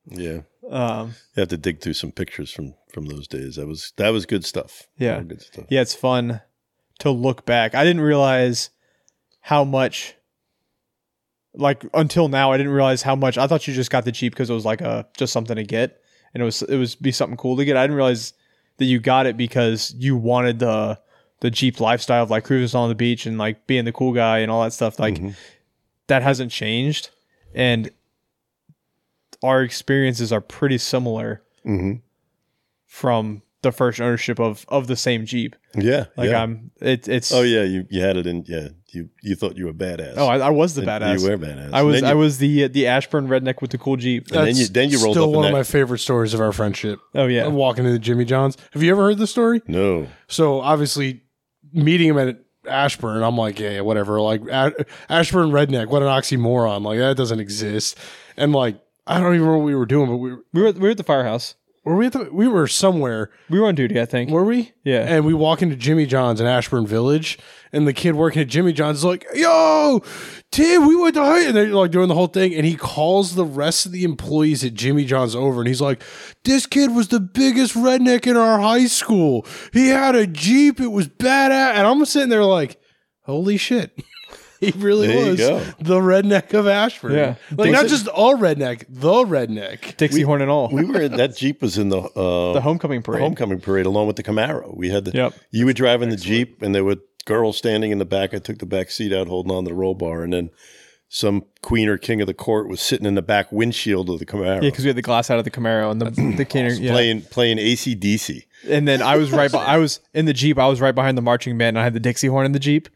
Speaker 1: Yeah.
Speaker 3: Um,
Speaker 1: You have to dig through some pictures from from those days. That was that was good stuff.
Speaker 3: Yeah.
Speaker 1: That was good stuff.
Speaker 3: yeah, it's fun to look back. I didn't realize how much, like until now, I didn't realize how much. I thought you just got the Jeep because it was like a just something to get, and it was it was be something cool to get. I didn't realize that you got it because you wanted the the Jeep lifestyle of like cruising on the beach and like being the cool guy and all that stuff. Like
Speaker 1: Mhm.
Speaker 3: that hasn't changed, and our experiences are pretty similar
Speaker 1: Mhm.
Speaker 3: from the first ownership of of the same Jeep.
Speaker 1: Yeah.
Speaker 3: Like
Speaker 1: yeah.
Speaker 3: I'm, it, it's.
Speaker 1: Oh yeah, you, you had it in yeah. You you thought you were badass.
Speaker 3: Oh, I, I was the
Speaker 1: And
Speaker 3: badass.
Speaker 1: You were badass.
Speaker 3: I was,
Speaker 1: And then
Speaker 3: I
Speaker 1: you-
Speaker 3: was the the Ashburn redneck with the cool Jeep.
Speaker 1: And then you then you rolled
Speaker 2: still
Speaker 1: up in
Speaker 2: one of
Speaker 1: that.
Speaker 2: my favorite stories of our friendship.
Speaker 3: Oh yeah,
Speaker 2: I'm walking into Jimmy John's. Have you ever heard this story?
Speaker 1: no.
Speaker 2: So obviously, meeting him at Ashburn, I'm like, yeah, yeah, whatever. Like A- Ashburn redneck, what an oxymoron. Like that doesn't exist. And like, I don't even remember what we were doing, but we were,
Speaker 3: we were we were at the firehouse.
Speaker 2: were we at the, we were somewhere,
Speaker 3: We were on duty, I think.
Speaker 2: were we?
Speaker 3: yeah,
Speaker 2: And we walk into Jimmy John's in Ashburn Village, and the kid working at Jimmy John's is like, "Yo, Tim, we went to high," and they're like doing the whole thing. And he calls the rest of the employees at Jimmy John's over, and he's like, "This kid was the biggest redneck in our high school. He had a jeep. It was badass." And I'm sitting there like, "Holy shit." He really
Speaker 1: There you
Speaker 2: was
Speaker 1: go.
Speaker 2: the redneck of Ashburn.
Speaker 3: Yeah.
Speaker 2: Like, not just all redneck, the redneck.
Speaker 3: Dixie horn and all.
Speaker 1: We were in that Jeep was in the uh
Speaker 3: the homecoming parade.
Speaker 1: homecoming parade along with the Camaro. We had the
Speaker 3: Yep.
Speaker 1: you were driving the Jeep and there were girls standing in the back. I took the back seat out holding on to the roll bar and then some queen or king of the court was sitting in the back windshield of the Camaro.
Speaker 3: yeah, because we had the glass out of the Camaro and the the canner, yeah.
Speaker 1: playing playing ACDC.
Speaker 3: And then I was right. By, I was in the Jeep. I was right behind the marching band. And I had the Dixie horn in the Jeep,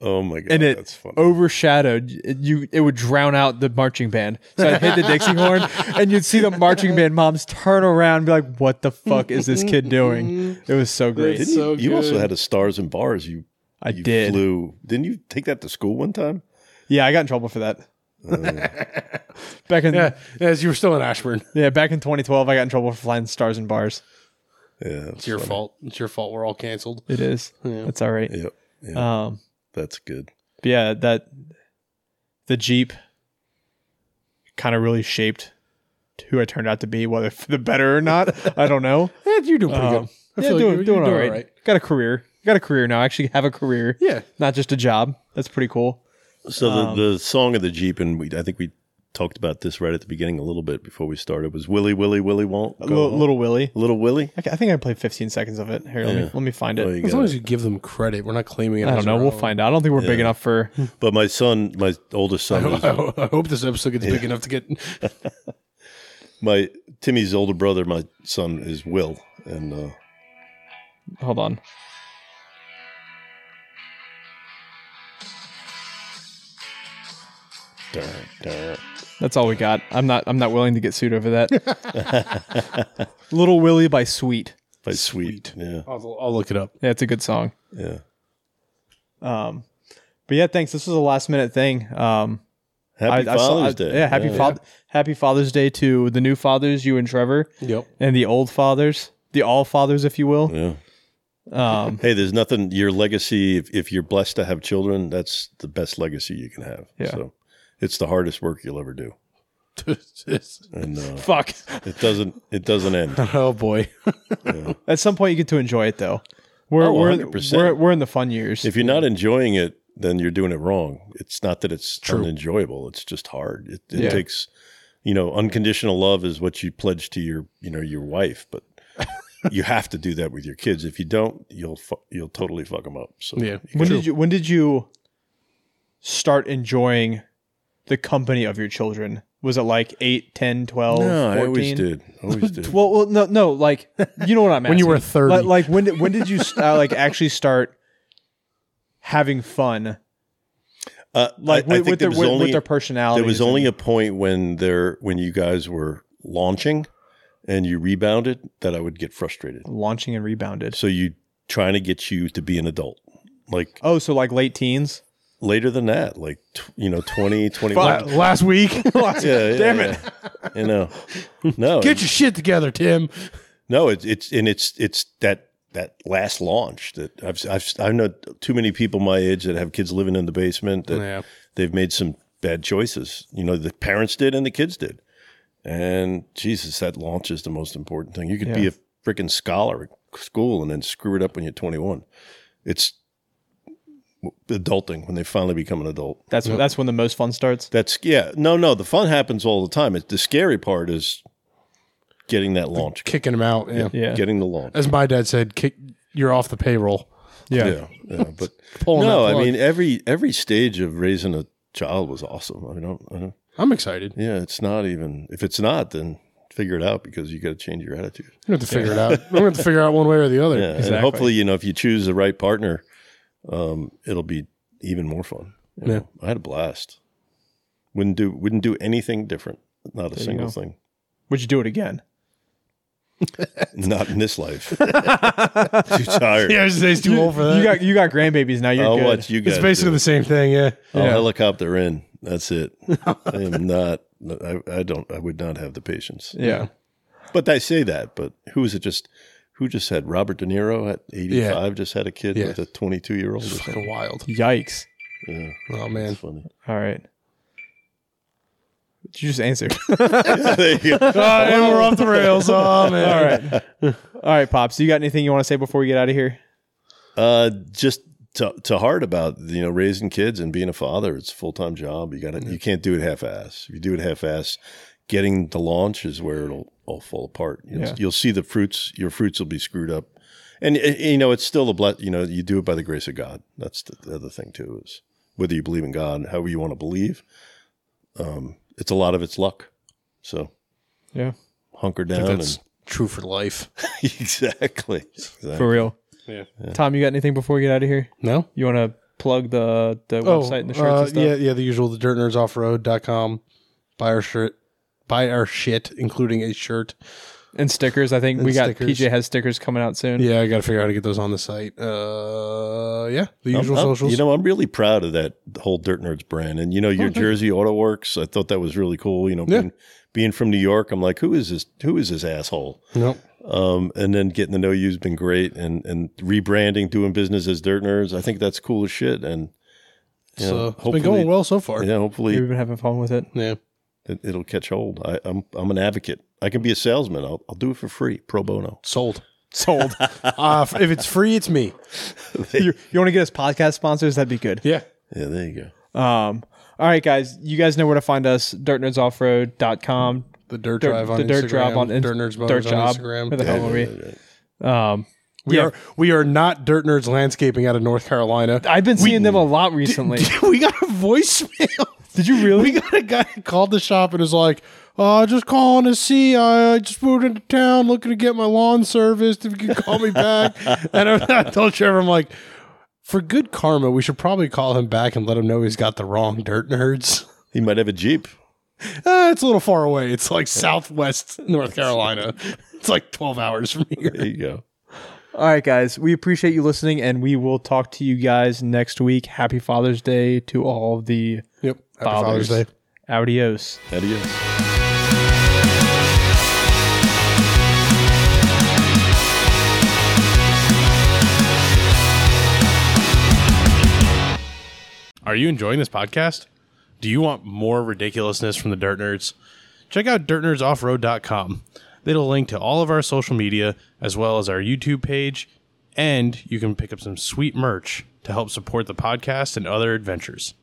Speaker 1: Oh my god,
Speaker 3: and it oh,
Speaker 1: that's funny.
Speaker 3: overshadowed it- you. It would drown out the marching band. So I hit the Dixie horn, and you'd see the marching band moms turn around and be like, "What the fuck is this kid doing?" It was so great.
Speaker 1: Didn't
Speaker 2: so
Speaker 1: you, you also
Speaker 2: good.
Speaker 1: had a stars and bars. You
Speaker 3: I
Speaker 1: you
Speaker 3: did.
Speaker 1: flew. Didn't you take that to school one time?
Speaker 3: Yeah, I got in trouble for that. back in yeah.
Speaker 2: Yeah, as you were still in Ashburn.
Speaker 3: back in 2012, I got in trouble for flying stars and bars.
Speaker 1: Yeah,
Speaker 2: It's your fault. It's your fault. We're all canceled.
Speaker 3: It is. That's all right.
Speaker 1: yep, yep.
Speaker 3: Um,
Speaker 1: that's good.
Speaker 3: but yeah, that the Jeep kind of really shaped who I turned out to be, whether for the better or not. I don't know.
Speaker 2: Yeah, Eh, you're doing pretty
Speaker 3: Um,
Speaker 2: good. I
Speaker 3: yeah,
Speaker 2: feel like
Speaker 3: doing,
Speaker 2: you're-
Speaker 3: doing,
Speaker 2: you're
Speaker 3: all right. Got a career. Got a career now. I actually have a career,
Speaker 2: Yeah.
Speaker 3: not just a job. That's pretty cool.
Speaker 1: So the,
Speaker 2: Um,
Speaker 1: the song of the Jeep, and we I think we talked about this right at the beginning a little bit before we started was Willy Willy Willy won't go
Speaker 3: Little,
Speaker 1: home.
Speaker 3: little Willie.
Speaker 1: Little Willy.
Speaker 3: I, ca- I think I played 15 seconds of it. Here, let, me,
Speaker 1: Yeah.
Speaker 3: let me find it.
Speaker 1: Oh, you got
Speaker 2: As long
Speaker 1: it.
Speaker 2: as you give them credit, we're not claiming it.
Speaker 3: I
Speaker 2: as
Speaker 3: don't know.
Speaker 2: our
Speaker 3: We'll
Speaker 2: own.
Speaker 3: find out. I don't think we're big enough for
Speaker 1: But my son, my oldest son, was-
Speaker 2: I ho- I hope this episode gets big enough to get.
Speaker 1: my Timmy's older brother, my son is Will, and uh,
Speaker 3: Hold on. That's all we got. I'm not. I'm not willing to get sued over that. Little Willie by Sweet.
Speaker 1: by Sweet. Yeah,
Speaker 2: I'll, I'll look it up.
Speaker 3: Yeah, it's a good song.
Speaker 1: yeah.
Speaker 3: Um, but yeah, thanks. This was a last minute thing. Um,
Speaker 1: Happy
Speaker 3: I- I saw-
Speaker 1: Father's
Speaker 3: I-
Speaker 1: Day.
Speaker 3: Yeah, happy
Speaker 1: Father's
Speaker 3: Father, Happy Father's Day to the new fathers, you and Trevor,
Speaker 2: Yep.
Speaker 3: and the old fathers, the all fathers, if you will.
Speaker 1: Yeah.
Speaker 3: Um,
Speaker 1: Hey, there's nothing. Your legacy, if, if you're blessed to have children, that's the best legacy you can have.
Speaker 3: Yeah.
Speaker 1: So it's the hardest work you'll ever do. and uh,
Speaker 3: Fuck.
Speaker 1: it doesn't it doesn't end.
Speaker 2: oh boy.
Speaker 3: At some point, you get to enjoy it though. We're
Speaker 1: Oh,
Speaker 3: we're,
Speaker 1: 100%.
Speaker 3: we're we're in the fun years.
Speaker 1: If you're not enjoying it, then you're doing it wrong. It's not that it's
Speaker 2: True.
Speaker 1: unenjoyable; it's just hard. It, it
Speaker 3: Yeah.
Speaker 1: takes, you know, unconditional love is what you pledge to your you know your wife, but you have to do that with your kids. If you don't, you'll fu- you'll totally fuck them up. So
Speaker 2: Yeah.
Speaker 3: when did you when did you start enjoying the company of your children? Was it like 8, 10, 12,
Speaker 1: No, I
Speaker 3: 14?
Speaker 1: always did. Always did.
Speaker 3: Well, well, no, no, like you know what I'm asking.
Speaker 2: When you were 30.
Speaker 3: like, like when did when did you st- uh, like actually start having fun?
Speaker 1: Uh,
Speaker 3: Like
Speaker 1: I- I
Speaker 3: with,
Speaker 1: think
Speaker 3: with
Speaker 1: there
Speaker 3: their
Speaker 1: was
Speaker 3: with,
Speaker 1: only-
Speaker 3: with their personality.
Speaker 1: There was only a point when there when you guys were launching and you rebounded that I would get frustrated.
Speaker 3: launching and rebounded.
Speaker 1: So you trying to get you to be an adult. Like
Speaker 3: Oh, so like late teens.
Speaker 1: later than that, like tw- you know 20, 21.
Speaker 2: La- last week.
Speaker 1: Yeah, yeah,
Speaker 3: Damn
Speaker 1: yeah. You know. No.
Speaker 2: Get your shit together, Tim.
Speaker 1: No, it's it's and it's it's that that last launch that I've I've I know too many people my age that have kids living in the basement that
Speaker 2: Yeah.
Speaker 1: they've made some bad choices. You know, the parents did and the kids did. And Jesus, that launch is the most important thing. You could be
Speaker 3: Yeah.
Speaker 1: a freaking scholar at school and then screw it up when you're 21. It's adulting when they finally become an adult.
Speaker 3: That's that's when the most fun starts.
Speaker 1: That's yeah. No, no, the fun happens all the time. It's the scary part is getting that launch,
Speaker 2: Kicking him out. Yeah.
Speaker 3: Yeah.
Speaker 1: getting the launch.
Speaker 2: As my dad said, kick you're off the payroll.
Speaker 3: Yeah.
Speaker 1: yeah, yeah. But
Speaker 2: Pulling
Speaker 1: no,
Speaker 2: that
Speaker 1: I
Speaker 2: plug.
Speaker 1: mean every every stage of raising a child was awesome. I don't, I don't.
Speaker 2: I'm excited. You
Speaker 1: Yeah, it's not even. If it's not, then figure it out because you got to change your attitude.
Speaker 2: don't have to figure it out. I'm gonna have to figure out one way or the other.
Speaker 1: Yeah, and hopefully, you know, if you choose the right partner, um, it'll be even more fun. you
Speaker 2: Yeah.
Speaker 1: know. I had a blast. Wouldn't do wouldn't do anything different. Not a single
Speaker 3: go.
Speaker 1: thing.
Speaker 3: Would you do it again?
Speaker 1: Not in this life. Too tired.
Speaker 2: Yeah, his day's too old for that.
Speaker 3: You got you got grandbabies now. You're
Speaker 1: I'll
Speaker 3: good.
Speaker 1: watch you guys.
Speaker 2: it's basically
Speaker 1: do
Speaker 2: the
Speaker 1: it.
Speaker 2: same thing, yeah.
Speaker 1: I'll
Speaker 3: yeah.
Speaker 1: helicopter in. That's it. I am not. I, I don't. I would not have the patience.
Speaker 3: Yeah.
Speaker 1: But I say that. But who is it? Just who just had Robert De Niro at eighty five? Just had a kid
Speaker 2: Yeah.
Speaker 1: with a twenty two year old.
Speaker 2: It's fucking wild.
Speaker 3: Yikes.
Speaker 1: Yeah,
Speaker 2: Oh
Speaker 1: it's
Speaker 2: man.
Speaker 1: funny.
Speaker 3: All right. Did you just answer?
Speaker 1: There you
Speaker 3: Uh,
Speaker 1: go.
Speaker 2: and we're off the rails. Oh man.
Speaker 3: All right. All right, Pops. You got anything you want to say before we get out of here?
Speaker 1: Uh, just to, to heart about you know raising kids and being a father. It's a full time job. You got to
Speaker 3: Mm-hmm.
Speaker 1: You can't do it half ass. If you do it half ass, getting the launch is where it'll all fall apart. You'll,
Speaker 3: Yeah.
Speaker 1: you'll see the fruits. Your fruits will be screwed up. And uh, you know it's still a bless. You know you do it by the grace of God. That's the, the other thing too is whether you believe in God, however you want to believe. Um, it's a lot of it's luck. So
Speaker 3: Yeah.
Speaker 1: hunker down
Speaker 2: That's
Speaker 1: and
Speaker 2: true for life.
Speaker 1: exactly. exactly.
Speaker 3: For real.
Speaker 2: Yeah.
Speaker 3: Tom, you got anything before we get out of here?
Speaker 2: No?
Speaker 3: You want to plug the the website and the shirts
Speaker 2: uh,
Speaker 3: and stuff?
Speaker 2: Yeah, yeah, the usual the dirt nerds offroad.com. Buy our shirt buy our shit, including a shirt.
Speaker 3: And stickers. I think
Speaker 2: And
Speaker 3: we got
Speaker 2: stickers.
Speaker 3: PJ has stickers coming out soon.
Speaker 2: Yeah, I gotta figure out how to get those on the site. Uh yeah. The
Speaker 1: I'm-
Speaker 2: usual
Speaker 1: I'm-
Speaker 2: socials.
Speaker 1: You know, I'm really proud of that whole Dirt Nerds brand. And you know, your Jersey Auto Works, I thought that was really cool. You know,
Speaker 2: Yeah.
Speaker 1: being, being from New York, I'm like, who is this? Who is this asshole?
Speaker 2: Nope.
Speaker 1: Um, and then getting to know you's been great, and and rebranding, doing business as Dirt Nerds, I think that's cool as shit. And you
Speaker 2: so
Speaker 1: know,
Speaker 2: it's been going well so far.
Speaker 1: Yeah,
Speaker 3: We've
Speaker 1: hopefully
Speaker 3: been having fun with it.
Speaker 2: yeah.
Speaker 1: it, it'll catch hold. I, I'm I'm an advocate. I can be a salesman. I'll, I'll do it for free, pro bono.
Speaker 2: Sold.
Speaker 3: Sold.
Speaker 2: Uh, if it's free, it's me.
Speaker 3: you, you want to get us podcast sponsors? That'd be good.
Speaker 2: Yeah.
Speaker 1: Yeah, there you go.
Speaker 3: Um, all right, guys. You guys know where to find us. DirtNerdsOffroad.com.
Speaker 2: The dirt,
Speaker 3: Dirt-
Speaker 2: drive on
Speaker 3: the dirt
Speaker 2: Instagram,
Speaker 3: drive on Inst-
Speaker 2: dirt nerds boners
Speaker 3: Dirt
Speaker 2: on
Speaker 3: job. Where
Speaker 2: Instagram.
Speaker 3: the hell were we? Um,
Speaker 2: We
Speaker 3: Yeah.
Speaker 2: are we are not dirt nerds landscaping out of North Carolina.
Speaker 3: I've been seeing them a lot recently.
Speaker 2: we got a voicemail.
Speaker 3: Did you really?
Speaker 2: We got a guy who called the shop and was like, uh, just calling to see. I just moved into town looking to get my lawn serviced. If you could call me back. and I, I told Trevor, I'm like, for good karma, we should probably call him back and let him know he's got the wrong dirt nerds.
Speaker 1: He might have a jeep.
Speaker 2: Uh, it's a little far away. It's like southwest North Carolina. It's like 12 hours from here.
Speaker 1: There you go.
Speaker 3: All right, guys. We appreciate you listening, and we will talk to you guys next week. Happy Father's Day to all the
Speaker 2: Yep. Happy
Speaker 3: fathers.
Speaker 2: Father's Day.
Speaker 3: Adios.
Speaker 1: Adios.
Speaker 2: Are you enjoying this podcast? Do you want more ridiculousness from the Dirt Nerds? check out dirtnerdsoffroad.com. It'll link to all of our social media as well as our YouTube page, and you can pick up some sweet merch to help support the podcast and other adventures.